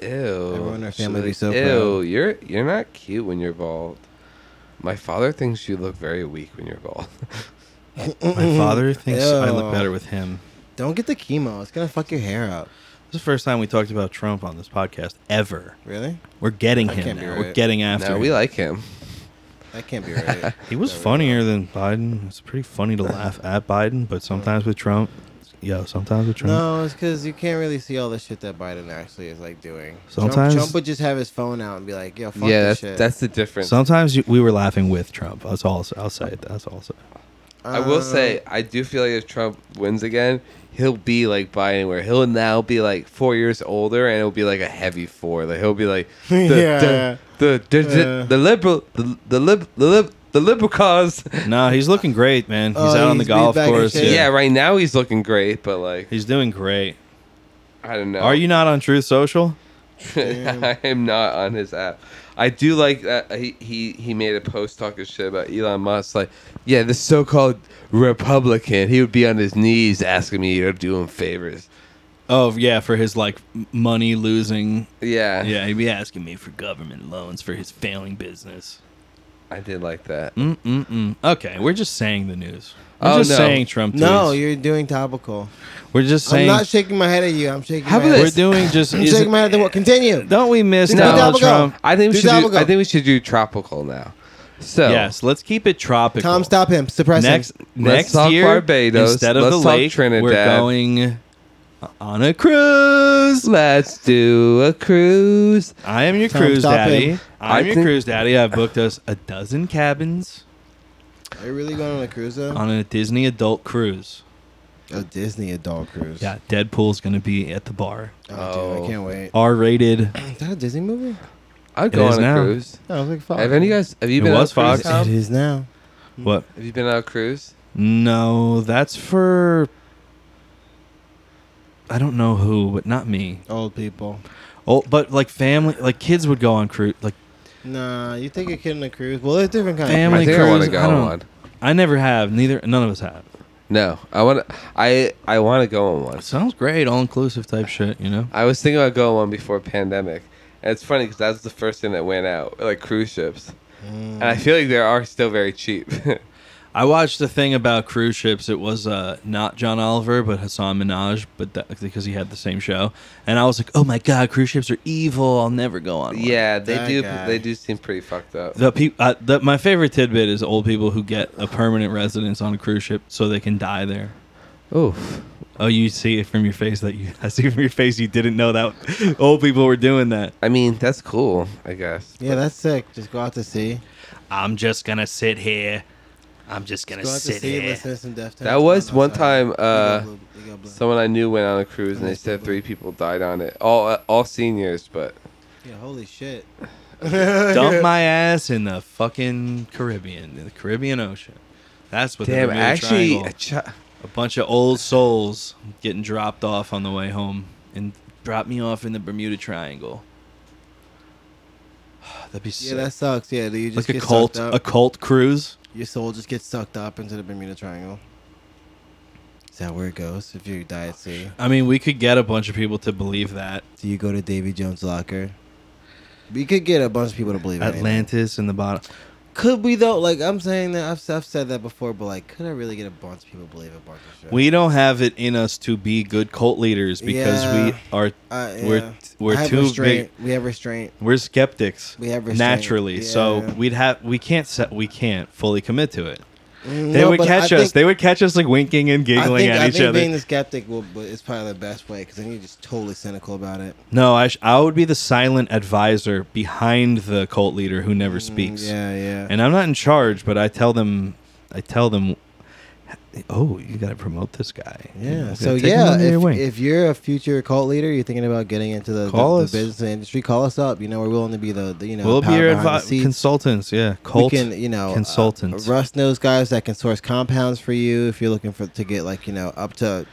Ew.
Everyone in our
She's
family
like,
be so
Ew,
proud.
you're you're not cute when you're bald. My father thinks you look very weak when you're bald. [laughs]
My father thinks I
Ew.
look better with him.
Don't get the chemo. It's gonna fuck your hair up.
This is the first time we talked about Trump on this podcast ever.
Really?
We're getting
That
him
can't be
now.
right.
We're getting after
no,
him.
we like him.
That can't be
[laughs]
right.
he was
There we
funnier than Biden. It's pretty funny to laugh at Biden, but sometimes with Trump, yo, sometimes with
go.
Trump.
No, it's because you can't really see all the shit that Biden actually is like doing. Trump,
Sometimes-
Trump would just have his phone out and be like, "Yo, fuck
yeah,
this
that's,
shit."
that's the difference.
Sometimes you, we were laughing with Trump. That's all. I'll s- I'll say it. That's all. I'll say.
I will
Um,
say, I do feel like if Trump wins again, he'll be like Biden, where he'll now be like four years older, and it'll be like a heavy four. Like he'll be
[laughs]
like, the,
Yeah.
the, the, the,
Yeah.
the, the liberal, the, the lib, the lib, the liberal cause.
No, he's looking great, man. He's
Oh,
out on the
he's- he's
golf
back in
course.
shape.
Yeah. right now he's looking great, but like,
he's doing great.
I don't know.
Are you not on Truth Social?
Damn.
[laughs] I am not on his app. I do like that he he, he made a post talking shit about Elon Musk. Like, yeah, this so-called Republican, he would be on his knees asking me to do him favors.
Oh yeah, for his like money
[laughs]
losing.
Yeah.
Yeah, he'd be asking me for government loans for his failing business.
I did like that.
Mm-mm-mm. Okay, we're just saying the news. We're
Oh,
just
no.
saying Trump. Tweets.
No, you're doing topical.
we're just saying.
I'm not shaking my head at you. I'm shaking.
How
my
about
head.
we're doing
[laughs]
just.
I'm
is
shaking
it-
my head at the wall. Continue.
don't we miss
No.
Donald
Topical.
Trump?
I think we
Do
should do,
topical.
I think we should do tropical now. So
Yes, let's keep it tropical.
Tom, stop him. Suppress
next
him.
next
talk
year
Barbados.
instead of
Let's
the
talk
lake we're
Trinidad.
going on a cruise
let's do a cruise.
i am your
Tom,
cruise
stop
daddy
it.
i'm
I
your
think-
cruise daddy i've booked us a dozen cabins
Are you really going on a cruise though?
on a disney adult cruise
a Disney adult cruise.
yeah deadpool's gonna be at the bar
Oh, dude, I can't wait.
r-rated
Is that a Disney movie?
I'd
It
go
is
on a
now.
cruise.
No, it's like Fox.
Have any guys? Have you
It
been on
was
a cruise?
Fox.
Tom?
It is now.
what
Have you been on a cruise?
no that's for i don't know who but not me
Old people.
oh but like family like kids would go on cruise like
Nah, you take a kid on a cruise. Well, there's different kinds.
Family
I think I want to
cruise,
go
I
on
don't-
one.
i never have neither none of us have
No, I want. I I want to go on one.
It sounds great, all inclusive type shit, you know?
I was thinking about going on before pandemic, and it's funny because that's the first thing that went out, like cruise ships, and I feel like they are still very cheap. [laughs]
I watched a thing about cruise ships. It was uh, not John Oliver, but Hassan Minaj, but that, because he had the same show. And I was like, oh my God, cruise ships are evil. I'll never go on one.
yeah, they
That
do.
guy.
They do seem pretty fucked up.
The peop uh, the, my favorite tidbit is old people who get a permanent residence on a cruise ship so they can die there.
Oof.
Oh, you see it from your face that you. [laughs] I see from your face you didn't know that old people were doing that.
I mean, that's cool. I guess.
Yeah, that's sick. Just go out to sea.
I'm just gonna sit here. I'm just gonna
Go out to sea. Listen to some Deftones.
That was
I'm
one
outside.
time,
They go
uh,
blue- they go blue.
Someone I knew went on a cruise, and they said three people died on it. All uh, all seniors, but
Yeah, holy shit. [laughs]
dump my ass in the fucking Caribbean, in the Caribbean Ocean. That's what.
damn,
the Bermuda
actually, a
Triangle-
chi-
a bunch of old souls getting dropped off on the way home, and dropped me off in the Bermuda Triangle. [sighs] That'd be
Yeah,
sick.
that sucks. Yeah, dude, you just
like a
get
cult,
sucked
a
up.
cult cruise.
Your soul just gets sucked up into the Bermuda Triangle. Is that where it goes if you die at sea?
I mean, we could get a bunch of people to believe that
Do you go to Davy Jones' locker? We could get a bunch of people to believe anything.
Atlantis in the bottom.
Could we though? Like I'm saying that I've, I've said that before, but like, could I really get a bunch of people to believe a bunch of shit?
We don't have it in us to be good cult leaders because we
Yeah.
are
uh, yeah.
we're- we're
I have
too
restraint. We have restraint.
we're skeptics.
We have restraint.
naturally, so
Yeah.
we'd have we can't set we can't fully commit to it.
Mm,
They
no,
would
but I
catch us.
think-
they would catch us like winking and
I
giggling
think,
at
I
each
think
other.
being the skeptic will, but it's probably the best way because then you're just totally cynical about it.
no, I, sh- I would be the silent advisor behind the cult leader who never speaks.
Mm, Yeah, yeah.
And I'm not in charge, but I tell them, I tell them, oh, you got to promote this guy. You
yeah.
gotta
So
take him
yeah,
under your
if,
wing.
if you're a future cult leader, you're thinking about getting into the, the-
Call
the
us.
business industry. Call us up. You know, we're willing to be the, the you know
we'll
power
be your
behind the
advi-
scenes.
consultants. Yeah, cult.
we can you know uh,
consultants.
Russ knows guys that can source compounds for you if you're looking for to get like you know up to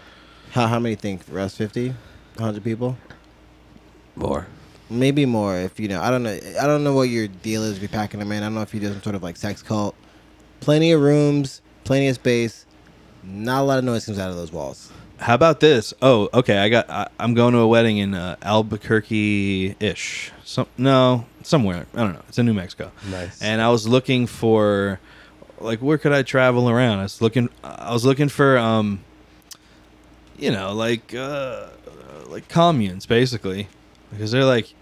how how many think Russ 50, 100 people,
more.
maybe more if you know I don't know I don't know what your deal is if you're packing them in. I don't know if you do some sort of like sex cult. Plenty of rooms, plenty of space. Not a lot of noise comes out of those walls.
How about this? Oh, okay. I got. I, I'm going to a wedding in uh, Albuquerque ish. Some no, somewhere. I don't know. It's in New Mexico.
Nice.
And I was looking for, like, where could I travel around? I was looking. I was looking for, um, you know, like, uh, like communes basically, because they're like.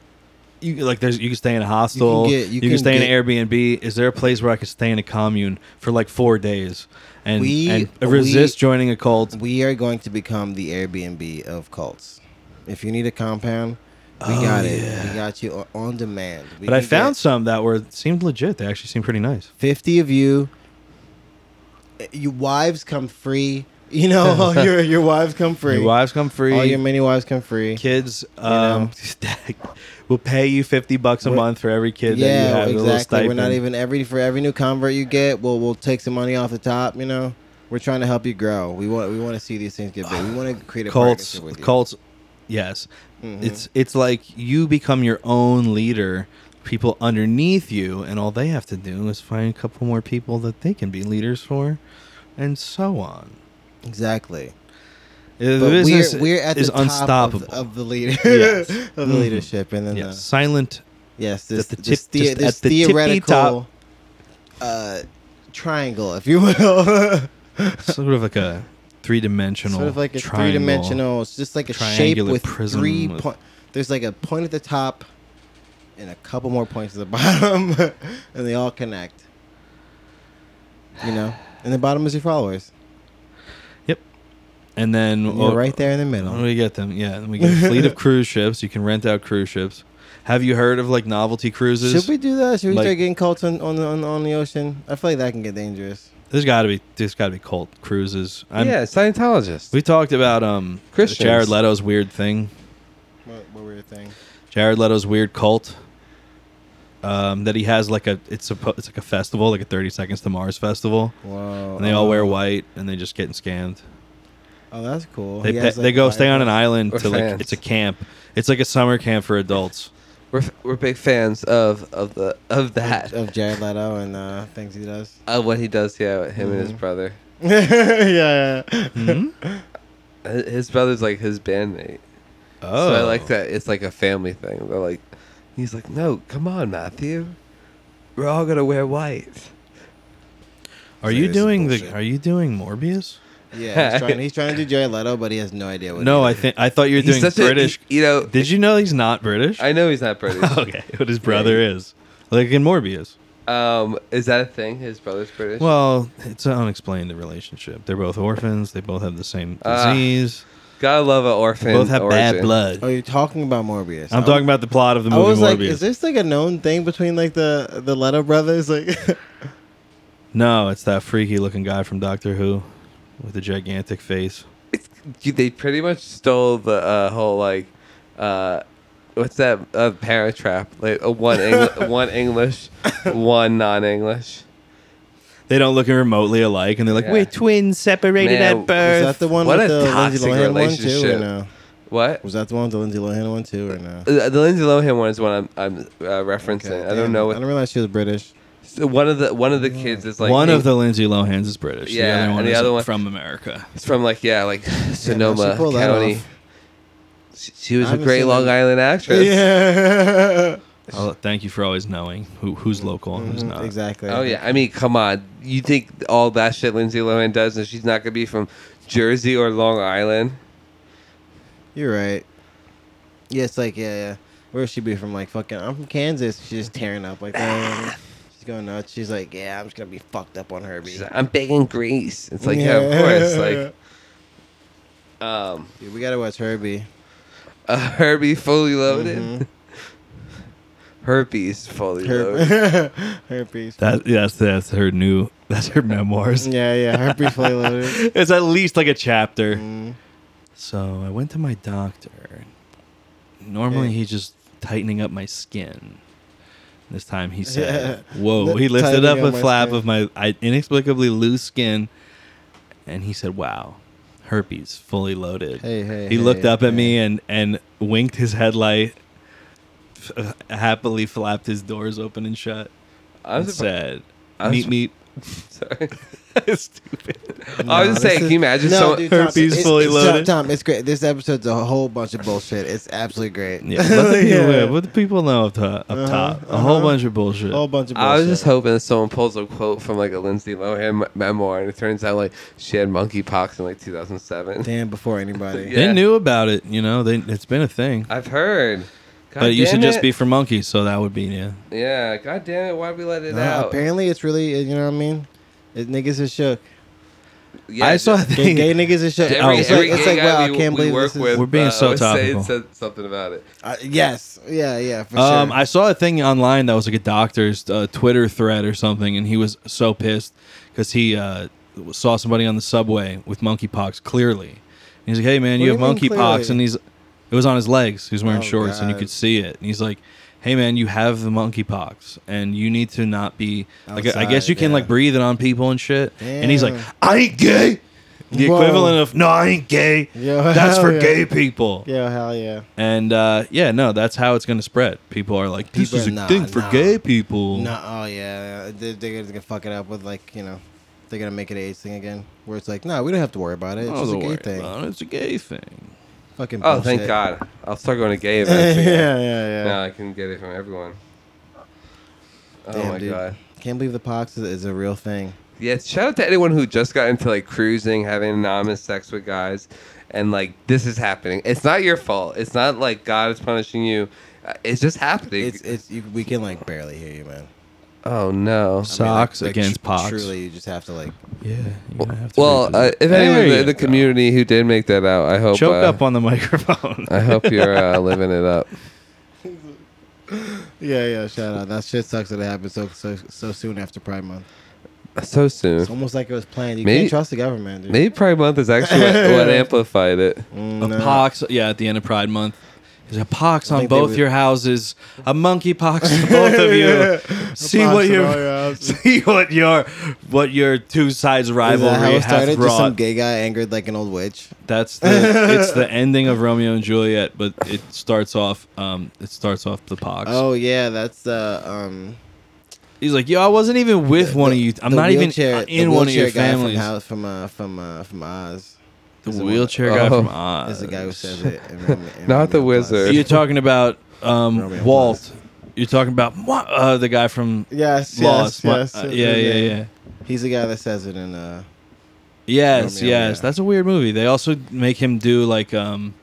You like there's you can stay in a hostel. You
get-
can,
you can
stay
get-
in an Airbnb. Is there a place where I could stay in a commune for like four days and,
We-
and
we-
resist joining a cult?
We are going to become the Airbnb of cults. If you need a compound, we
Oh,
got it.
yeah.
We got you on- on demand. We
But I
can
found
get-
some that were seemed legit. They actually seemed pretty nice.
50 of you. Eh, You wives come free. [laughs] You
[laughs]
know, your your wives come free.
Your wives come free.
All your mini wives come free.
kids
know.
um, [laughs] will pay you fifty bucks a
We're-
month for every kid that you
yeah,
have. a little
exactly. We're not
stipend.
even every for every new convert you get, we'll we'll take some money off the top, you know. We're trying to help you grow. We want we want to see these things get big. We want to create a
cults.
partnership with you.
Cults. Yes,
Mhm.
it's it's like you become your own leader. People underneath you, and all they have to do is find a couple more people that they can be leaders for, and so on.
Exactly.
The
But
business
we're, we're at
is
the top
unstoppable.
of, of the leader
Yes.
[laughs] of the leadership, and then
yeah,
yes,
silent.
the, yes, this,
At the
this,
tip-
the-
just
this
at the tippy
theoretical uh, triangle, if you will, [laughs]
sort of like a three-dimensional,
sort of like a
triangle.
three-dimensional. It's just like a shape
triangular
with
prism
three
with-
point. There's like a point at the top, and a couple more points at the [laughs] bottom, and they all connect. You know, and the bottom is your followers.
Yep. And then
And you're
oh,
right there in the
When
middle.
we get them, yeah. Then we get a
[laughs]
fleet of cruise ships. You can rent out cruise ships. Have you heard of like novelty cruises?
Should we do that? Should we
like-
start getting cults on, on, on, on the ocean? I feel like that can get dangerous.
There's got to be there's got to be cult cruises. I'm,
yeah, Scientologist.
We talked about um
Christians.
Jared Leto's weird thing.
What, what weird thing?
Jared Leto's weird cult. Um, that he has like a it's a it's like a festival like a Thirty Seconds to Mars festival,
Whoa.
and they all wear white and they just getting scammed.
Oh, that's cool.
They
He
pe-
has, like,
they go
five-
stay on an island
We're
to like
fans.
it's a camp. It's like a summer camp for adults.
We're, we're big fans of of the of that
of Jared Leto and uh, things he does. [laughs]
of what he does. Yeah, with him and his
Mhm.
brother.
yeah.
Hmm?
Hi- His brother's like his bandmate.
Oh,
So I like that. It's like a family thing. They're like, he's like, no, come on, Matthew, we're all gonna wear white.
Are you
This is
doing the?
bullshit.
Are you doing Morbius?
Yeah, he's trying, he's trying to do Jared Leto, but he has no idea what.
No,
he
I think I thought you were
Oh, He's
doing
such a-
British.
he- you know,
Did you know he's not British?
I know he's
[laughs]
not British.
okay, but his brother is like in Morbius.
Um, is that a thing? His brother's British.
Oh. Well, it's an unexplained relationship. They're both orphans. They both have the same
Ah.
disease.
gotta love an orphan.
both have bad
origin.
blood.
Oh, you're talking about Morbius.
I'm talking about the plot of the
I
movie
was
Morbius.
like, is this like a known thing between like the the Leto brothers? Like, [laughs]
no, it's that freaky looking guy from Doctor Who with the gigantic face.
Dude, they pretty much stole the uh, whole like, uh, what's that? Uh, Parent Trap. Like uh,
[laughs]
one Eng- one English, one non-English.
They don't look remotely alike, and they're like,
Yeah.
"We're twins, separated at
Man, was
is
birth."
that the one
What
with
a
the Lindsay
toxic
Lohan one too? Or
relationship.
no?
What?
Was that the one with the Lindsay Lohan one too? Or no?
Uh, The Lindsay Lohan one is one I'm, I'm uh, referencing.
Okay,
I
damn,
don't know
I
what
don't realize she was British.
so one of the one of the kids is like
one
he-
of the Lindsay Lohan's is British.
Yeah,
the other
and
one
the
is
other one-
from
[laughs]
America.
It's from like yeah, like Sonoma
pulled that
County.
off.
She, she was
I
a
haven't
great
seen
Long
that.
Island actress.
Yeah.
Oh, thank you for always knowing who who's local and who's
Mhm,
not.
Exactly.
Oh yeah, I mean, come on. You think all that shit Lindsay Lohan does, and she's not gonna be from Jersey or Long Island?
You're right. Yeah, it's like yeah, yeah. Where she be from? Like fucking, I'm from Kansas. She's just tearing up like that. She's going nuts. She's like, yeah, I'm just gonna be fucked up on Herbie.
She's like, I'm big in Greece. It's like yeah, of course.
[laughs]
Like um,
Dude, we gotta watch Herbie.
a Herbie fully loaded.
Mhm.
Herpes fully
[laughs]
loaded.
Herb- Herpes.
That yes, that's her new [laughs] that's her memoirs.
yeah, yeah, herpes fully loaded.
[laughs]
It's at least like a chapter.
Mm.
So I went to my doctor. Normally
Yeah.
he's just tightening up my skin. This
[laughs]
time he said,
Yeah.
"Whoa!"
The
He lifted
tightening
up
of
a
my
flap
skin.
of my I, inexplicably loose skin, and he said, "Wow, herpes fully loaded."
Hey, hey.
he looked
hey,
up at me
hey.
and and winked his headlight, [laughs] f- happily flapped his doors open and shut,
I'm
and
surprised.
said,
I'm
"Meet
surp-
me."
[laughs] Sorry. [laughs]
Stupid.
I was
No, this
just saying, can
is-
you imagine
Tom,
someone-
herpes
it's-
fully
it's-
loaded?
Tom, Tom, it's great. This episode's a whole bunch of bullshit. It's absolutely great. [laughs]
Yeah, let the people,
Yeah.
What the people know up, to, up
Uh-huh,
top, a whole
uh-huh.
bunch of bullshit.
A whole bunch of bullshit.
I was just hoping that someone pulls a quote from like a Lindsay Lohan m- memoir, and it turns out like she had monkeypox in like 2007.
Damn, before anybody.
[laughs] Yeah.
They knew about it, you know. They it's been a thing,
I've heard. God
but it used to
damn
just
it.
be for monkeys, so that would be yeah.
Yeah, god damn it! Why'd we let it
No,
out?
apparently, it's really you know what I mean. It, niggas is
[laughs]
shook.
Yeah,
I saw a
Gay,
thing.
gay niggas is shook.
Every,
Oh.
it's
every
like, it's
gay
like
guy
wow,
we,
I can't
we
believe
work
this is-
with.
We're being so
always say-
topical.
said something about it.
Uh, yes, yeah, yeah, for
Um,
sure.
I saw a thing online that was like a doctor's uh, Twitter thread or something, and he was so pissed because he uh, saw somebody on the subway with monkeypox. Clearly, and he's like, "Hey man, you
What
have
do you mean
monkeypox,"
clearly?
and he's it was on his legs. He was wearing
Oh,
shorts, and you
God.
could see it. And he's like, "Hey man, you have the monkeypox, and you need to not be like. I- I guess
Outside,
you can
yeah.
like breathe it on people and shit." And he's like,
Damn.
"I ain't gay." The
Whoa.
equivalent of "No, I ain't gay."
Yo,
That's
hell
for
yeah.
gay people.
yeah, hell yeah.
And uh, yeah, no, that's how it's going to spread. People are like, this
People
is a
are, "Nah,
thing for
nah."
gay people.
No, oh yeah, yeah, they, they're gonna fuck it up with like you know, they're gonna make it an age thing again, where it's like, no, we Oh, don't have to worry about it. It's just a gay thing.
It's a gay thing.
Fucking.
Oh, thank
bullshit. [laughs]
God. I'll start going to gay
yeah,
events. again.
yeah, yeah.
Now I can get it from everyone. Oh
Damn,
my
dude.
God.
Can't believe the pox is, is a real thing.
Yeah, shout out to anyone who just got into like cruising, having anonymous sex with guys, and like this is happening. It's not your fault. It's not like God is punishing you. Uh, It's just happening.
It's it's you, we can like barely hear you, man. I
oh no.
mean, like-
Socks
like,
against
tr-
pox.
Truly, you just have to like.
Yeah.
Well, uh, if anyone in the community who did make that out, I hope
choke
uh,
up on the [laughs]
[laughs]
microphone. [laughs]
I hope you're uh, living it up.
Yeah, yeah. Shout out. That shit sucks that it happened so so so soon after Pride Month.
So
It's
soon.
almost like it was planned. You
Maybe-
can't trust the government, dude.
Maybe Pride Month is
[laughs]
actually what, what amplified it.
Mm,
a
no.
pox. Yeah, at the end of Pride Month. There's a pox
I
on
think they
both
would-
your houses. A
[laughs]
monkey pox to both of you. [laughs] see
Pox
what
in all
your
your houses.
see what your what your two sides
Is that how
rivalry
it
has
started? Just some
brought.
gay guy angered like an old witch.
That's the
[laughs]
it's the ending of Romeo and Juliet, but it starts off um it starts off the pox.
Oh yeah, that's uh um.
He's like, yo, I wasn't even with one of you. I'm
the
not even
wheelchair- the
in one of your
wheelchair guy
families.
From, Hal- from uh from uh from Oz.
The
is the
wheelchair
one-
guy
Oh.
from Oz.
Is the
Uh,
guy who says it. in Romeo- in
[laughs] Not the
Romeo and Juliet.
wizard.
You're talking about um,
Romeo
Walt. You're talking about Wa- uh, the guy from
Yes, yes,
Lost. Wa-
yes.
uh, yeah, yeah, yeah.
He's the guy that says it in uh.
Yes,
Romeo,
yes.
yeah.
That's a weird movie. They also make him do like um,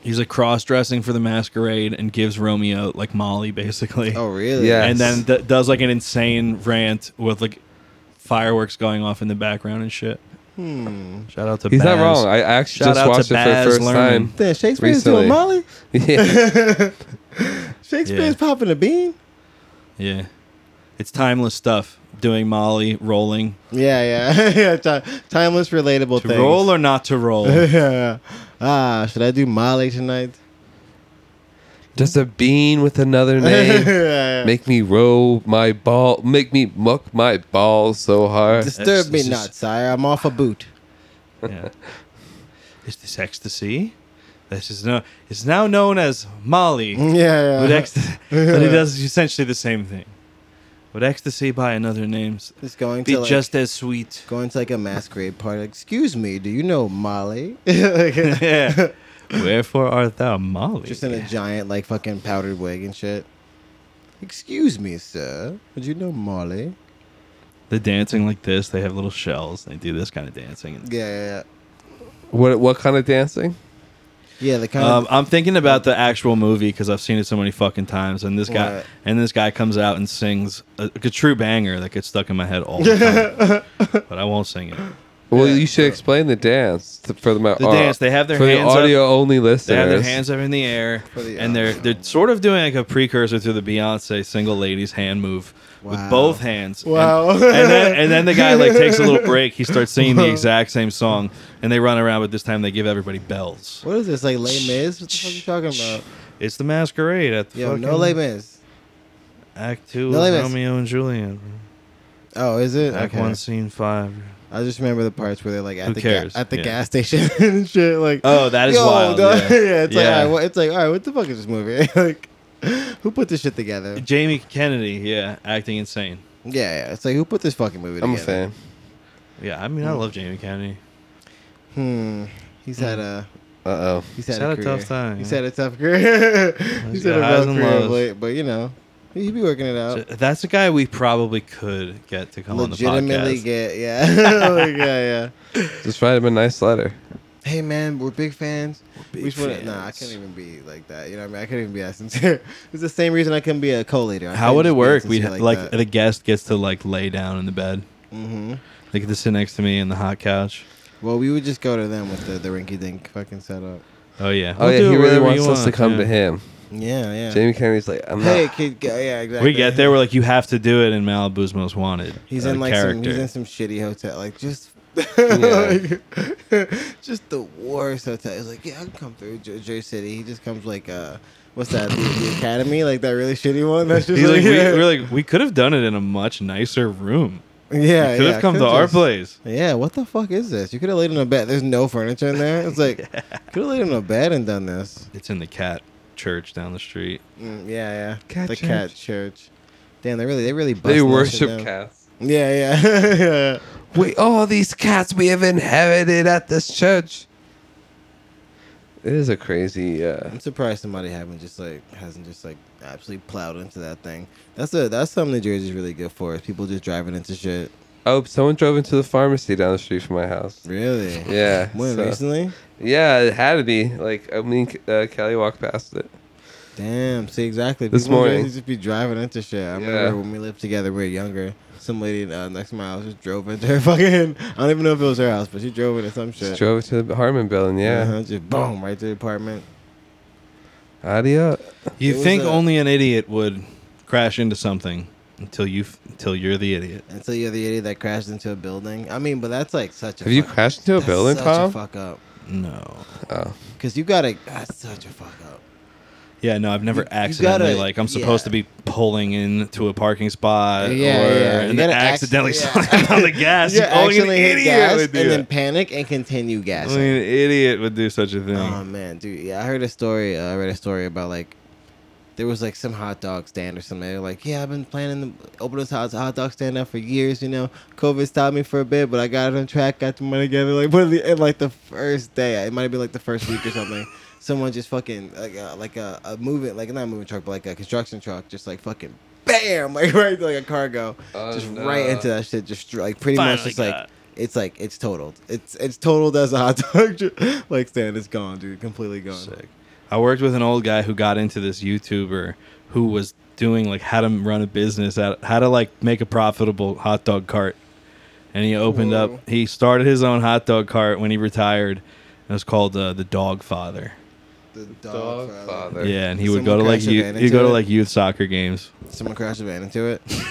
he's like cross dressing for the masquerade and gives Romeo like Molly basically.
Oh really?
Yeah.
and
Yes.
then d- does like an insane rant with like fireworks going off in the background and shit.
Hmm.
Shout out to
He's not
Baz. Oh,
wrong. I actually
Shout
just
out to
watched it for the
Baz
first
Luhrmann.
time. [laughs]
Then Shakespeare's
Recently.
doing Molly.
Yeah.
Shakespeare's
Yeah.
popping a bean.
Yeah, it's timeless stuff. Doing Molly rolling
Yeah, yeah, [laughs] yeah. ti- Timeless, relatable
to
things.
roll or not to
[laughs]
roll. [laughs]
yeah. Ah, should I do Molly tonight? [laughs]
Just a bean
[laughs]
with another name.
Yeah, yeah.
Make me roll my ball. Make me muck my balls so hard.
Disturb me
It's just-
not, sire. I'm off a boot. [laughs]
yeah. Is this ecstasy? This is no. It's now known as Molly.
Yeah, yeah.
Would [laughs] ecstasy, but it does essentially the same thing. Would ecstasy by another names
Just going
be
to like,
just as [laughs] sweet?
going to like a masquerade party. Excuse me, do you know
[laughs]
Molly?
yeah. Wherefore art thou Molly?
Just in a giant like fucking powdered wig and shit. Excuse me, sir. Did you know Molly?
the dancing like this. They have little shells. They do this kind of dancing.
Yeah, yeah,
What what kind of dancing?
yeah. yeah the kind
Um,
of
I'm thinking about the actual movie because I've seen it so many fucking times, and this guy
What?
and this guy comes out and sings a, a true banger that gets stuck in my head all the
[laughs]
time. but I won't sing it.
Well,
Yeah,
you should explain the dance to, for my
The dance, they have their
for
hands
the
up-
audio only listeners.
They have their hands up in the air,
For the-
and they're they're sort of doing like a precursor to the Beyonce single ladies hand move with
Wow.
both hands. And-
Wow.
And, then, and then the
[laughs]
guy like takes a little break. He starts singing the exact same song, and they run around, but this time they give everybody bells.
what is this like Les Mis? What the fuck are you talking about?
It's the masquerade at the
Yo, no
fucking
Les Mis.
Act Two
no
of
limits.
Romeo and Juliet. bro.
Oh, is it?
Act
Okay.
One, Scene Five.
I just remember the parts where they're like at
Who
the
cares?
Ga- at the
Yeah.
gas station [laughs] and shit. Like,
Oh, that is
Yo, [laughs]
wild.
no-
yeah.
it's like, all right, what, it's like, all right, what the fuck is this movie? [laughs] like, who put this shit together?
Jamie Kennedy, yeah, acting insane.
Yeah, yeah, it's like, who put this fucking movie
I'm a
together?
fan.
Yeah, I mean, I love Jamie Kennedy.
fan. Hmm. He's had a
Uh oh.
he's had,
He's had a
career.
tough time,
He's
yeah.
had a tough career. [laughs] he's had
got
a
highs
rough
and
career,
lows.
but, but you know, he be working it
So
out.
that's a guy we probably could get to come on the
Legitimately
podcast.
get yeah, [laughs] like, yeah, yeah.
Just write him a nice letter.
Hey man, we're big fans.
big
we just wanna- Nah, I
fans.
can't even be like that. You know what I mean? I couldn't even be that sincere. [laughs] it's the same reason I couldn't be a co-leader. I
How would it
couldn't
work?
just be
We
sincere
would like,
that.
the guest gets to like lay down in the bed.
Mhm.
They get to sit next to me in the hot couch.
Well, we would just go to them with the, the rinky dink fucking setup.
Oh yeah.
Oh
We'll do
yeah, he really
whatever
wants
you
us to
want,
come to
yeah.
him.
Yeah, yeah.
Jamie Kennedy's like, I'm
hey,
not.
kid. go- Yeah, exactly.
We get there. We're like, you have to do it in Malibu's Most Wanted.
He's
uh,
in like some.
character.
He's in some shitty hotel. Like just.
Yeah.
like, [laughs] just the worst hotel. He's like, yeah, I can come through Jer- Jersey City. He just comes like, uh, what's that? The, the Academy, like that really shitty one. That's just
He's like, we,
yeah. [laughs]
we're like, we could have done it in a much nicer room.
yeah,
could have
yeah,
come to
could've
our
just-
place.
Yeah, what the fuck is this? You could have laid in a bed. There's no furniture in there. It's
[laughs]
like could have laid in a bed and done this.
It's in the cat church down the street.
Mm, yeah, yeah.
Cat
the
church.
cat church. Damn, they really, they really. busting that
They
shit
worship
down.
cats.
[laughs] Yeah, yeah.
We all these cats we have inherited at this church. It is a crazy. Uh,
I'm surprised somebody haven't just like hasn't just like absolutely plowed into that thing. That's a that's something New Jersey's really good for. Is people just driving into shit.
oh, someone drove into the pharmacy down the street from my house.
Really?
Yeah,
When
so-
recently?
Yeah, it had to be. Like I mean, uh, Kelly walked past it.
Damn. See exactly.
This
people in Jersey
morning.
just be driving into shit. I
Yeah.
remember when we lived together, we were younger. Some lady uh, next to my house just drove into her [laughs] fucking. I don't even know if it was her house, but she drove into some
Just
shit.
drove to the Harmon Building. Yeah,
Uh-huh, just boom right to the apartment.
Adio.
It
You
was
think
a-
only an idiot would crash into something until you f- until you're the idiot.
Until you're the idiot that crashed into a building. I mean, but that's like such a.
Have you
fuck-
crashed into a
that's
building,
such A
Tom?
fuck up.
No.
oh,
Cause you gotta. That's such a fuck up.
Yeah, no, I've never
You- you
accidentally
gotta-
like I'm supposed
yeah.
to be pulling into a parking spot
Yeah,
or
yeah, you
and then
gotta acc-
accidentally [laughs]
yeah.
slam
[laughs]
on the gas.
You're
Only an
actually hit
idiot
gas
would do
and
that.
then panic and continue gassing.
Only an idiot would do such a thing.
Oh man, dude! Yeah, I heard a story. Uh, I read a story about like there was like some hot dog stand or something. They're like, "Yeah, I've been planning to open this hot, hot dog stand up for years. You know, COVID stopped me for a bit, but I got it on track, got the money together. Like, [laughs] what? The, and like the first day, it might have been like the first week or something. [laughs] Someone just fucking like uh, like a, a moving like not a moving truck, but like a construction truck, just like fucking bam, [laughs] like right like a cargo,
Oh,
just
no.
right into that shit, just like pretty much
Finally
just like
got it.
it's like it's totaled. It's it's totaled as a hot dog. [laughs] ju- like stand is gone, dude. Completely gone.
Sick. I worked with an old guy who got into this YouTuber who was doing like how to run a business, how how to like make a profitable hot dog cart. And he opened
Whoa.
up, he started his own hot dog cart when he retired. It was called uh, the Dog Father.
The
Dog Father. Right.
Yeah, and he
Did
would go to
someone
like
crash a
youth,
van
he'd
into
go to
it?
like youth soccer games. [laughs]
Someone crashed a van into it. [laughs]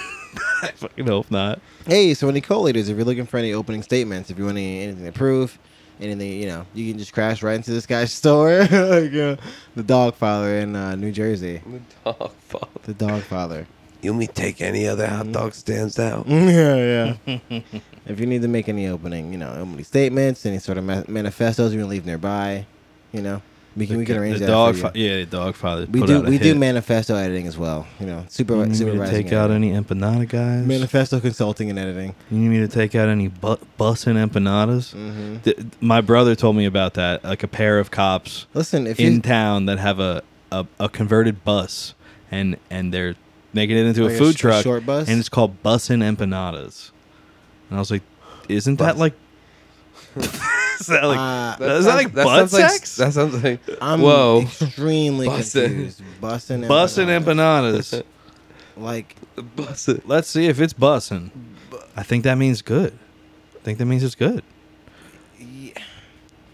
I fucking hope not.
hey, so any co-leaders, if you're looking for any opening statements, if you want any, anything to prove, anything, you know, you can just crash right into this guy's [laughs] store. like, uh, the dog father in uh, New Jersey.
the dog father.
The dog father. [laughs]
You may take any other hot
Mm.
dog stands out.
yeah,
[laughs]
yeah. if you need to make any opening, you know, opening statements, any sort of ma- manifestos you can leave nearby, you know, we can, we can arrange
the
that.
dog
for you.
fa- yeah, dog father.
We
put
do
out a
we do
hit. Mm,
manifesto editing as well. You know, super
You need me to
supervising.
take out
editing.
any empanada guys.
manifesto consulting and editing.
you need me to take out any bu- bussin' empanadas.
hmm
Th- my brother told me about that. Like a pair of cops
Listen, if
in
you
town that have a, a, a converted bus and and they're making it into
Like
a
a
food
sh- a
truck
short bus?
and it's called Bussin Empanadas. And I was like, isn't that
Bus-
like [laughs] is that like
Uh,
that is that like
that
butt
sounds like-
sex?
that sounds like.
I'm
[laughs]
Whoa.
extremely
Bussin'.
confused. Bussin'
Bussin
empanadas.
empanadas.
Like
[laughs]
Bust it.
Let's see if it's bussin. I think that means good. I think that means it's good.
yeah.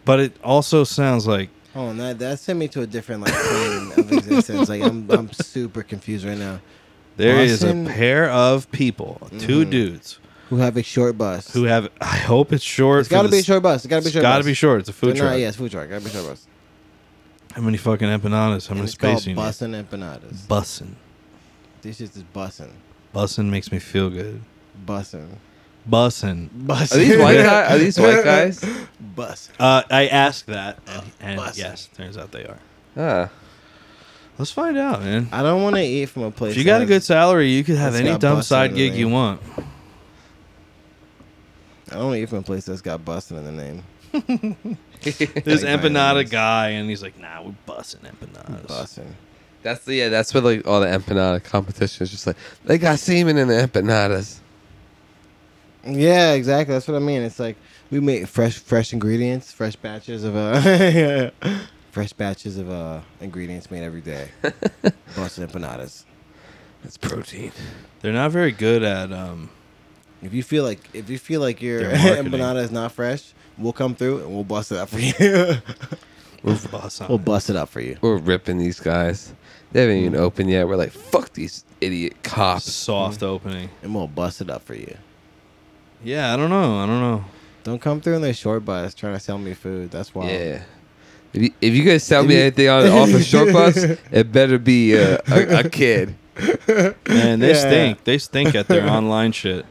But it also sounds like
oh, that that sent me to a different like plane of existence. Like I'm I'm super confused right now.
there is
Bussin'-
a pair of people, two
Mhm.
dudes,
Who have a short bus?
who have. I hope it's short.
it's
for
got to
the
be a
s-
short bus. It's got to be a
It's
short.
gotta
bus.
be short. It's a food
They're not-
truck.
yeah, it's food truck. Got to be short bus.
How many fucking empanadas? How
And
many
it's called
space you need?
bussin' empanadas.
Bussin.
This shit is bussin',
Bussin makes me feel good.
bussin',
Bussin.
bussin'.
Are these white guys? Are these white
[laughs]
guys?
Bus.
Uh, I asked that, and, and
Uh, bussin'.
yes, turns out they are.
Ah, [laughs]
Let's find out, man.
I don't want to eat from a place.
If you got a
that
good
has-
salary, you could have
It's
any
got
dumb
bussin' in
side
the
gig you
name. [laughs]
want.
I don't want to eat from a place that's got bussin' in the name.
There's
Like
empanada
vitamins.
guy, and he's like, "Nah, we're bussin empanadas."
Bussin'.
that's the yeah. That's where like all the empanada competition is just like they got semen in the empanadas.
Yeah, exactly. That's what I mean. It's like we make fresh, fresh ingredients, fresh batches of uh, [laughs] fresh batches of uh ingredients made every day. bussin' empanadas.
It's protein.
They're not very good at um.
If you feel like if you feel like your [laughs]
Their marketing.
empanada is not fresh, we'll come through and we'll bust it up for you.
Bussin.
[laughs] we'll bust it up for you.
We're ripping these guys. They haven't
Mm.
even opened yet. We're like, fuck these idiot cops.
Mm.
soft opening.
And we'll bust it up for you.
Yeah, I don't know. I don't know.
Don't come through in their short bus trying to sell me food. That's wild.
Yeah. If you, if you guys sell
If
me
you- [laughs]
anything on off of short bus, it better be uh, a, a kid.
Man, they
Yeah.
stink. They stink
[laughs]
at their online shit.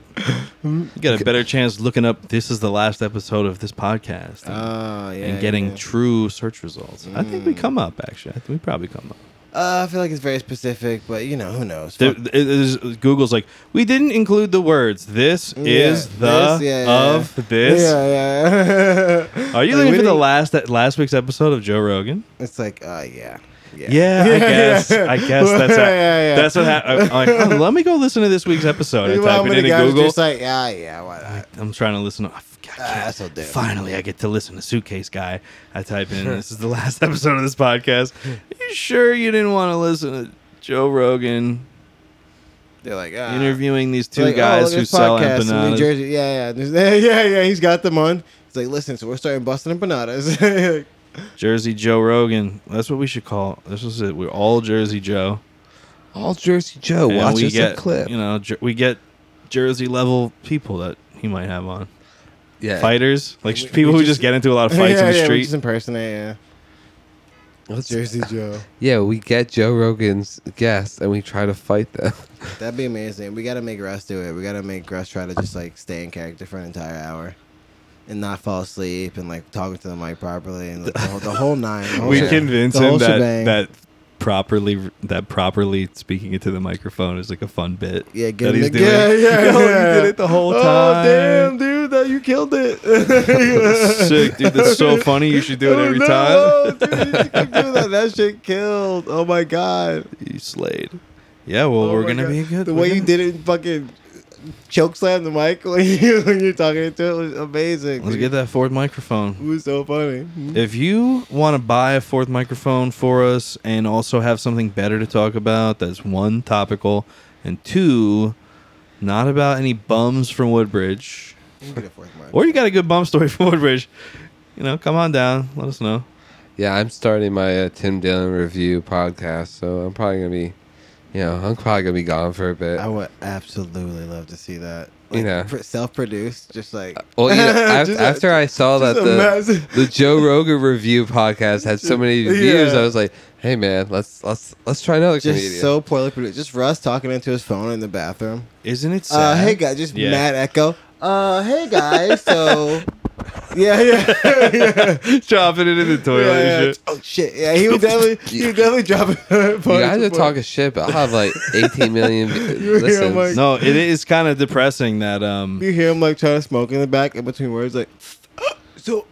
You got a better chance looking up this is the last episode of this podcast
Oh, yeah.
and getting
yeah.
true search results. I think we
Mm.
come up actually. I think we probably come up.
Uh, I feel like it's very specific, but you know who knows.
There,
Fuck-
it is, Google's like, we didn't include the words. This
Yeah,
is the
this, yeah, yeah,
of
yeah.
this.
Yeah, yeah.
[laughs] Are you
Like,
looking
we
for the
didn't-
last that last week's episode of Joe Rogan?
It's like, uh, yeah, yeah, [laughs]
Yeah, I guess.
yeah.
I
[laughs]
guess that's how,
Yeah, yeah, yeah.
that's what happened. I'm like, "Oh, let me go listen to this week's episode.
[laughs] You
I
know how
type it
many
in
guys
in
are
Google.
just like, yeah, yeah, why not?
I'm trying to listen. To, I f- I
Ah,
can't.
that's so dumb.
Finally, I get to listen to Suitcase Guy. I type in, this is the last [laughs] episode of this podcast. you sure you didn't want to listen to Joe Rogan
They're like, ah.
interviewing these two
Like, oh,
guys
look at
who
this
sell
podcast in New
empanadas?
Jersey. Yeah, yeah, [laughs] yeah, yeah. He's got them on. It's like, listen, so we're starting busting empanadas. [laughs]
Jersey Joe Rogan. That's what we should call. This is it. We're all Jersey Joe.
All Jersey Joe,
And
watch
we
us
get,
a clip.
You know, Jer- we get Jersey level people that he might have on.
yeah,
Fighters, like
We-
people
we
who
just-
just get into a lot of
[laughs]
fights
yeah,
in the
yeah, We
street.
just impersonate, yeah.
Let's-
Jersey Joe.
yeah. We get Joe Rogan's guests and we try to fight them. [laughs]
That'd be amazing. We gotta make Russ do it. We gotta make Russ try to just like stay in character for an entire hour. And not fall asleep and like talking to the mic properly and like, the, whole, the whole nine. the whole
[laughs] we
shit.
convince
The whole
him that
shebang.
that properly that properly speaking into the microphone is like a
[laughs]
fun bit.
Yeah,
that
give him
he's
the,
doing.
yeah, [laughs] yeah,
Yo,
yeah.
you did it the whole time.
Oh damn, dude, that you killed
[laughs]
it.
Sick, dude. That's
[laughs]
so funny. You should do it
Oh,
every
no,
time. [laughs]
dude, you keep doing that. That shit killed. Oh my god.
You slayed. Yeah, well,
Oh
we're
my
gonna
God.
be good.
The
we're
way you
gonna-
did it, fucking choke slam the mic [laughs] when you when you're talking into it was amazing.
Let's get that fourth microphone.
It was so funny.
If you want to buy a fourth microphone for us and also have something better to talk about that's one, topical, and two, not about any bums from Woodbridge, or you got a good bum story [laughs] from Woodbridge, you know, come on down. Let us know.
Yeah, I'm starting my uh, Tim Dillon review podcast, so I'm probably gonna be, you know, I'm probably gonna be gone for a bit.
I would absolutely love to see that.
You know.
self produced, just like.
Well, you know,
[laughs]
af-
Just a-
after I saw that uh,
just a
the, [laughs]
mess.
the Joe Rogan review podcast had so many
Yeah.
views, I was like, "Hey man, let's let's let's try another
Just
comedian."
so poorly produced. Just Russ talking into his phone in the bathroom.
Isn't it
Uh,
sad?
hey guys, just
Yeah.
mad echo. Uh, hey guys,
[laughs]
so. Yeah, [laughs] yeah, yeah.
[laughs] Dropping it in the toilet
Yeah, yeah.
and shit.
Oh shit! Yeah, he would definitely, he
[laughs]
would definitely drop. [laughs] You
you guys are talking shit, but I'll
[laughs]
have like 18 million
You hear
views.
him, like-
No, it is kind of depressing that um
You hear him like trying to smoke in the back in between words, like. So.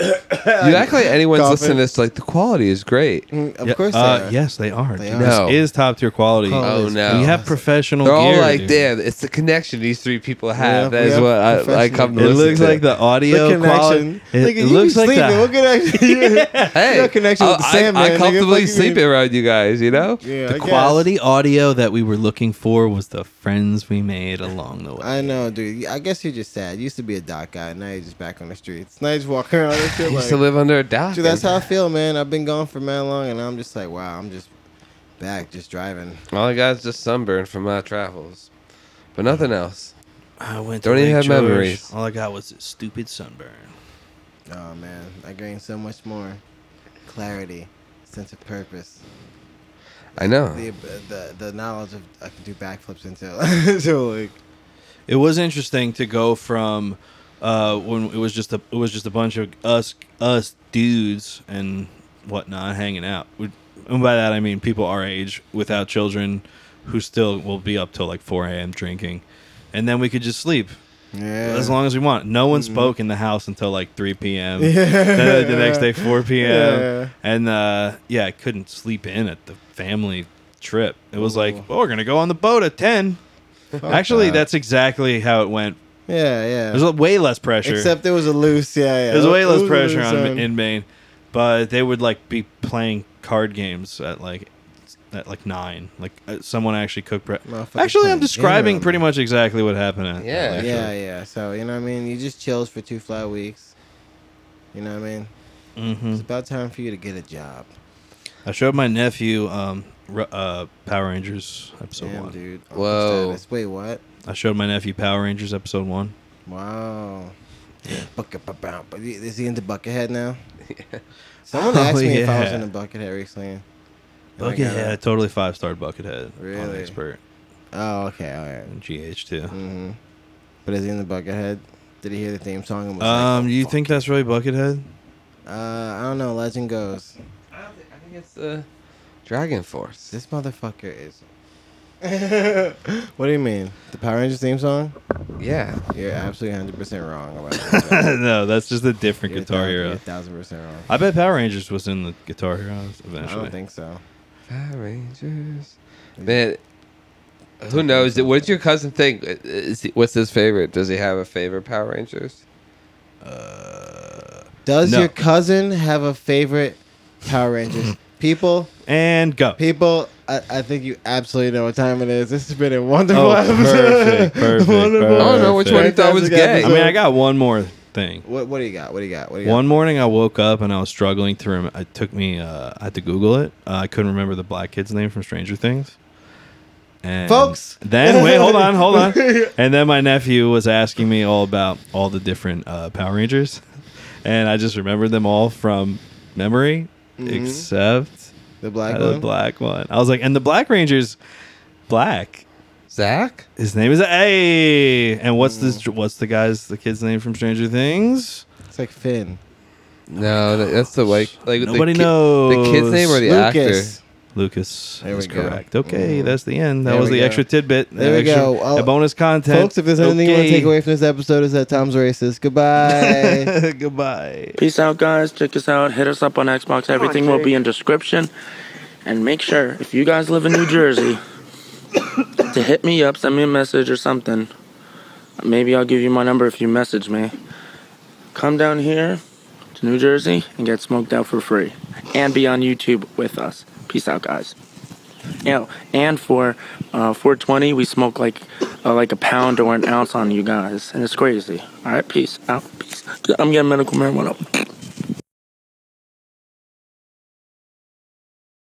you act like anyone's
Coughing.
listening to this. Like the quality is great.
Mm, Of
yeah,
course,
uh,
they are.
yes, they are.
They
dude.
are.
No.
This is top tier quality.
Oh,
is
no.
We have
fantastic.
professional.
They're all
gear,
like,
dude.
"Damn, it's the connection these three people
Yeah,
have." that
we
is
have
what I, I
professional-
come to
It
listen
looks
to.
like the audio
the
quality.
connection.
It,
Nigga,
it
you
looks
be
like
sleeping. What
that. [laughs]
connection?
hey,
no connection with
I-
Sam,
I,
man.
I
Nigga,
comfortably
fucking-
sleep around you guys, you know?
yeah, I
The
guess.
quality audio that we were looking for was the friends we made along the way.
I know, dude. I guess you're just sad. You used to be a doc guy. Now you're just back on the streets. Now you're just walking around and
I [laughs]
shit
used to
like.
live under a dock.
Dude, that's how I feel, man. I've been gone for mad long, and I'm just like, wow, I'm just back, just driving.
All I got is just sunburn from my travels, but nothing else.
I went.
Don't even have memories.
All I got was this stupid sunburn.
Oh man, I gained so much more clarity, sense of purpose,
I know.
the the, the knowledge of I can do backflips [laughs] until so like
It was interesting to go from uh, when it was just a it was just a bunch of us us dudes and whatnot hanging out. We- And by that I mean people our age without children, who still will be up till like four a.m. drinking, and then we could just sleep
yeah. Mm-hmm.
as long as we want. No one spoke in the house until like three
[laughs]
p.m.
yeah.
[laughs] Then the next day 4 p.m.
Yeah.
And uh, yeah, I couldn't sleep in at the family trip. It was
Ooh.
like, well, we're gonna go on the boat at 10. Actually,
that.
that's exactly how it went.
yeah, yeah.
There's way less pressure.
Except there was a loose, yeah, yeah.
There's way
It
less
was a
pressure
loose
on
zone.
in Maine, but they would like be playing card games at like at like nine. Like uh, someone actually cooked. Pre-
Motherfuckers
actually,
playing
I'm describing
game.
pretty much exactly what happened. At,
Yeah.
like,
Yeah, yeah. So you know what I mean. You just chills for two flat weeks. You know what I mean.
mhm.
It's about time for you to get a job.
I showed my nephew um, Ru- uh, Power Rangers episode
Damn,
one.
dude.
Whoa.
Status. Wait, what?
I showed my nephew Power Rangers episode one.
Wow. Bucket, ba- bow. But he- Is he into Buckethead now? Someone asked
Oh,
me if I was
yeah.
into Buckethead recently. And I got
Buckethead, totally five star Buckethead. On
Really?
expert
a- Oh, okay, all right.
and GH too.
Mm-hmm. But is he into Buckethead? Did he hear the theme song? And was
Um,
like,
you
"Fuck
think that's really Buckethead? [laughs]
it." Uh, I don't know. Legend goes.
I think it's the Dragon Force.
This motherfucker [laughs] is. what do you mean? The Power Rangers theme song?
Yeah.
You're absolutely 100 percent wrong about
[laughs]
that.
no, that's just a different
You're a
Guitar
thou- you're
Hero.
a thousand percent wrong.
I bet Power Rangers was in the Guitar Hero
I
eventually.
don't think so.
Power Rangers. Man, who knows? What did your cousin think? Is he- what's his favorite? Does he have a favorite Power Rangers?
Uh,
Does
No.
your cousin have a favorite Power [laughs] Rangers? people,
And go.
people, I, I think you absolutely know what time it is. This has been a wonderful
Oh,
episode.
perfect,
[laughs]
perfect,
Wonderful.
perfect.
I don't know which one he thought was gay.
I mean, I got one more thing.
What, what do you got? What do you got? What do you
One morning, I woke up and I was struggling to remember. It took me. Uh, I had to Google it. Uh, I couldn't remember the black kid's name from Stranger Things. And
Folks!
then wait, hold on,
[laughs]
hold on. And then my nephew was asking me all about all the different uh, Power Rangers, and I just remembered them all from memory, except
got? The Mm-hmm. black
uh, the
one?
black one. I was like, and the Black Ranger's black.
Zach?
His name is A. And what's
Mm.
this? What's the guy's the kid's name from Stranger Things?
It's like Finn.
No, that- that's the white. Like the
Nobody
kid-
knows.
The kid's name or the
Lucas.
actor?
Lucas
There
is
we go. Mm.
correct. Okay, that's the end. That
There
was
we
the
go.
extra tidbit.
There
the
we
extra-
go. Well,
the bonus content.
Folks, if there's anything you want to take away from this episode, is that Tom's racist. Goodbye.
[laughs]
[laughs]
away. Goodbye.
Peace out, guys. Check us out. Hit us up on Xbox. Everything will be in description. And make sure, if you guys live in New Jersey, to hit me up, send me a message or something. Maybe I'll give you my number if you message me. Come down here to New Jersey and get smoked out for free. And be on YouTube with us. Peace out, guys. Yo, and for uh, 420, we smoke like uh, like a pound or an ounce on you guys, and it's crazy. All right, peace out. Peace. I'm getting medical marijuana.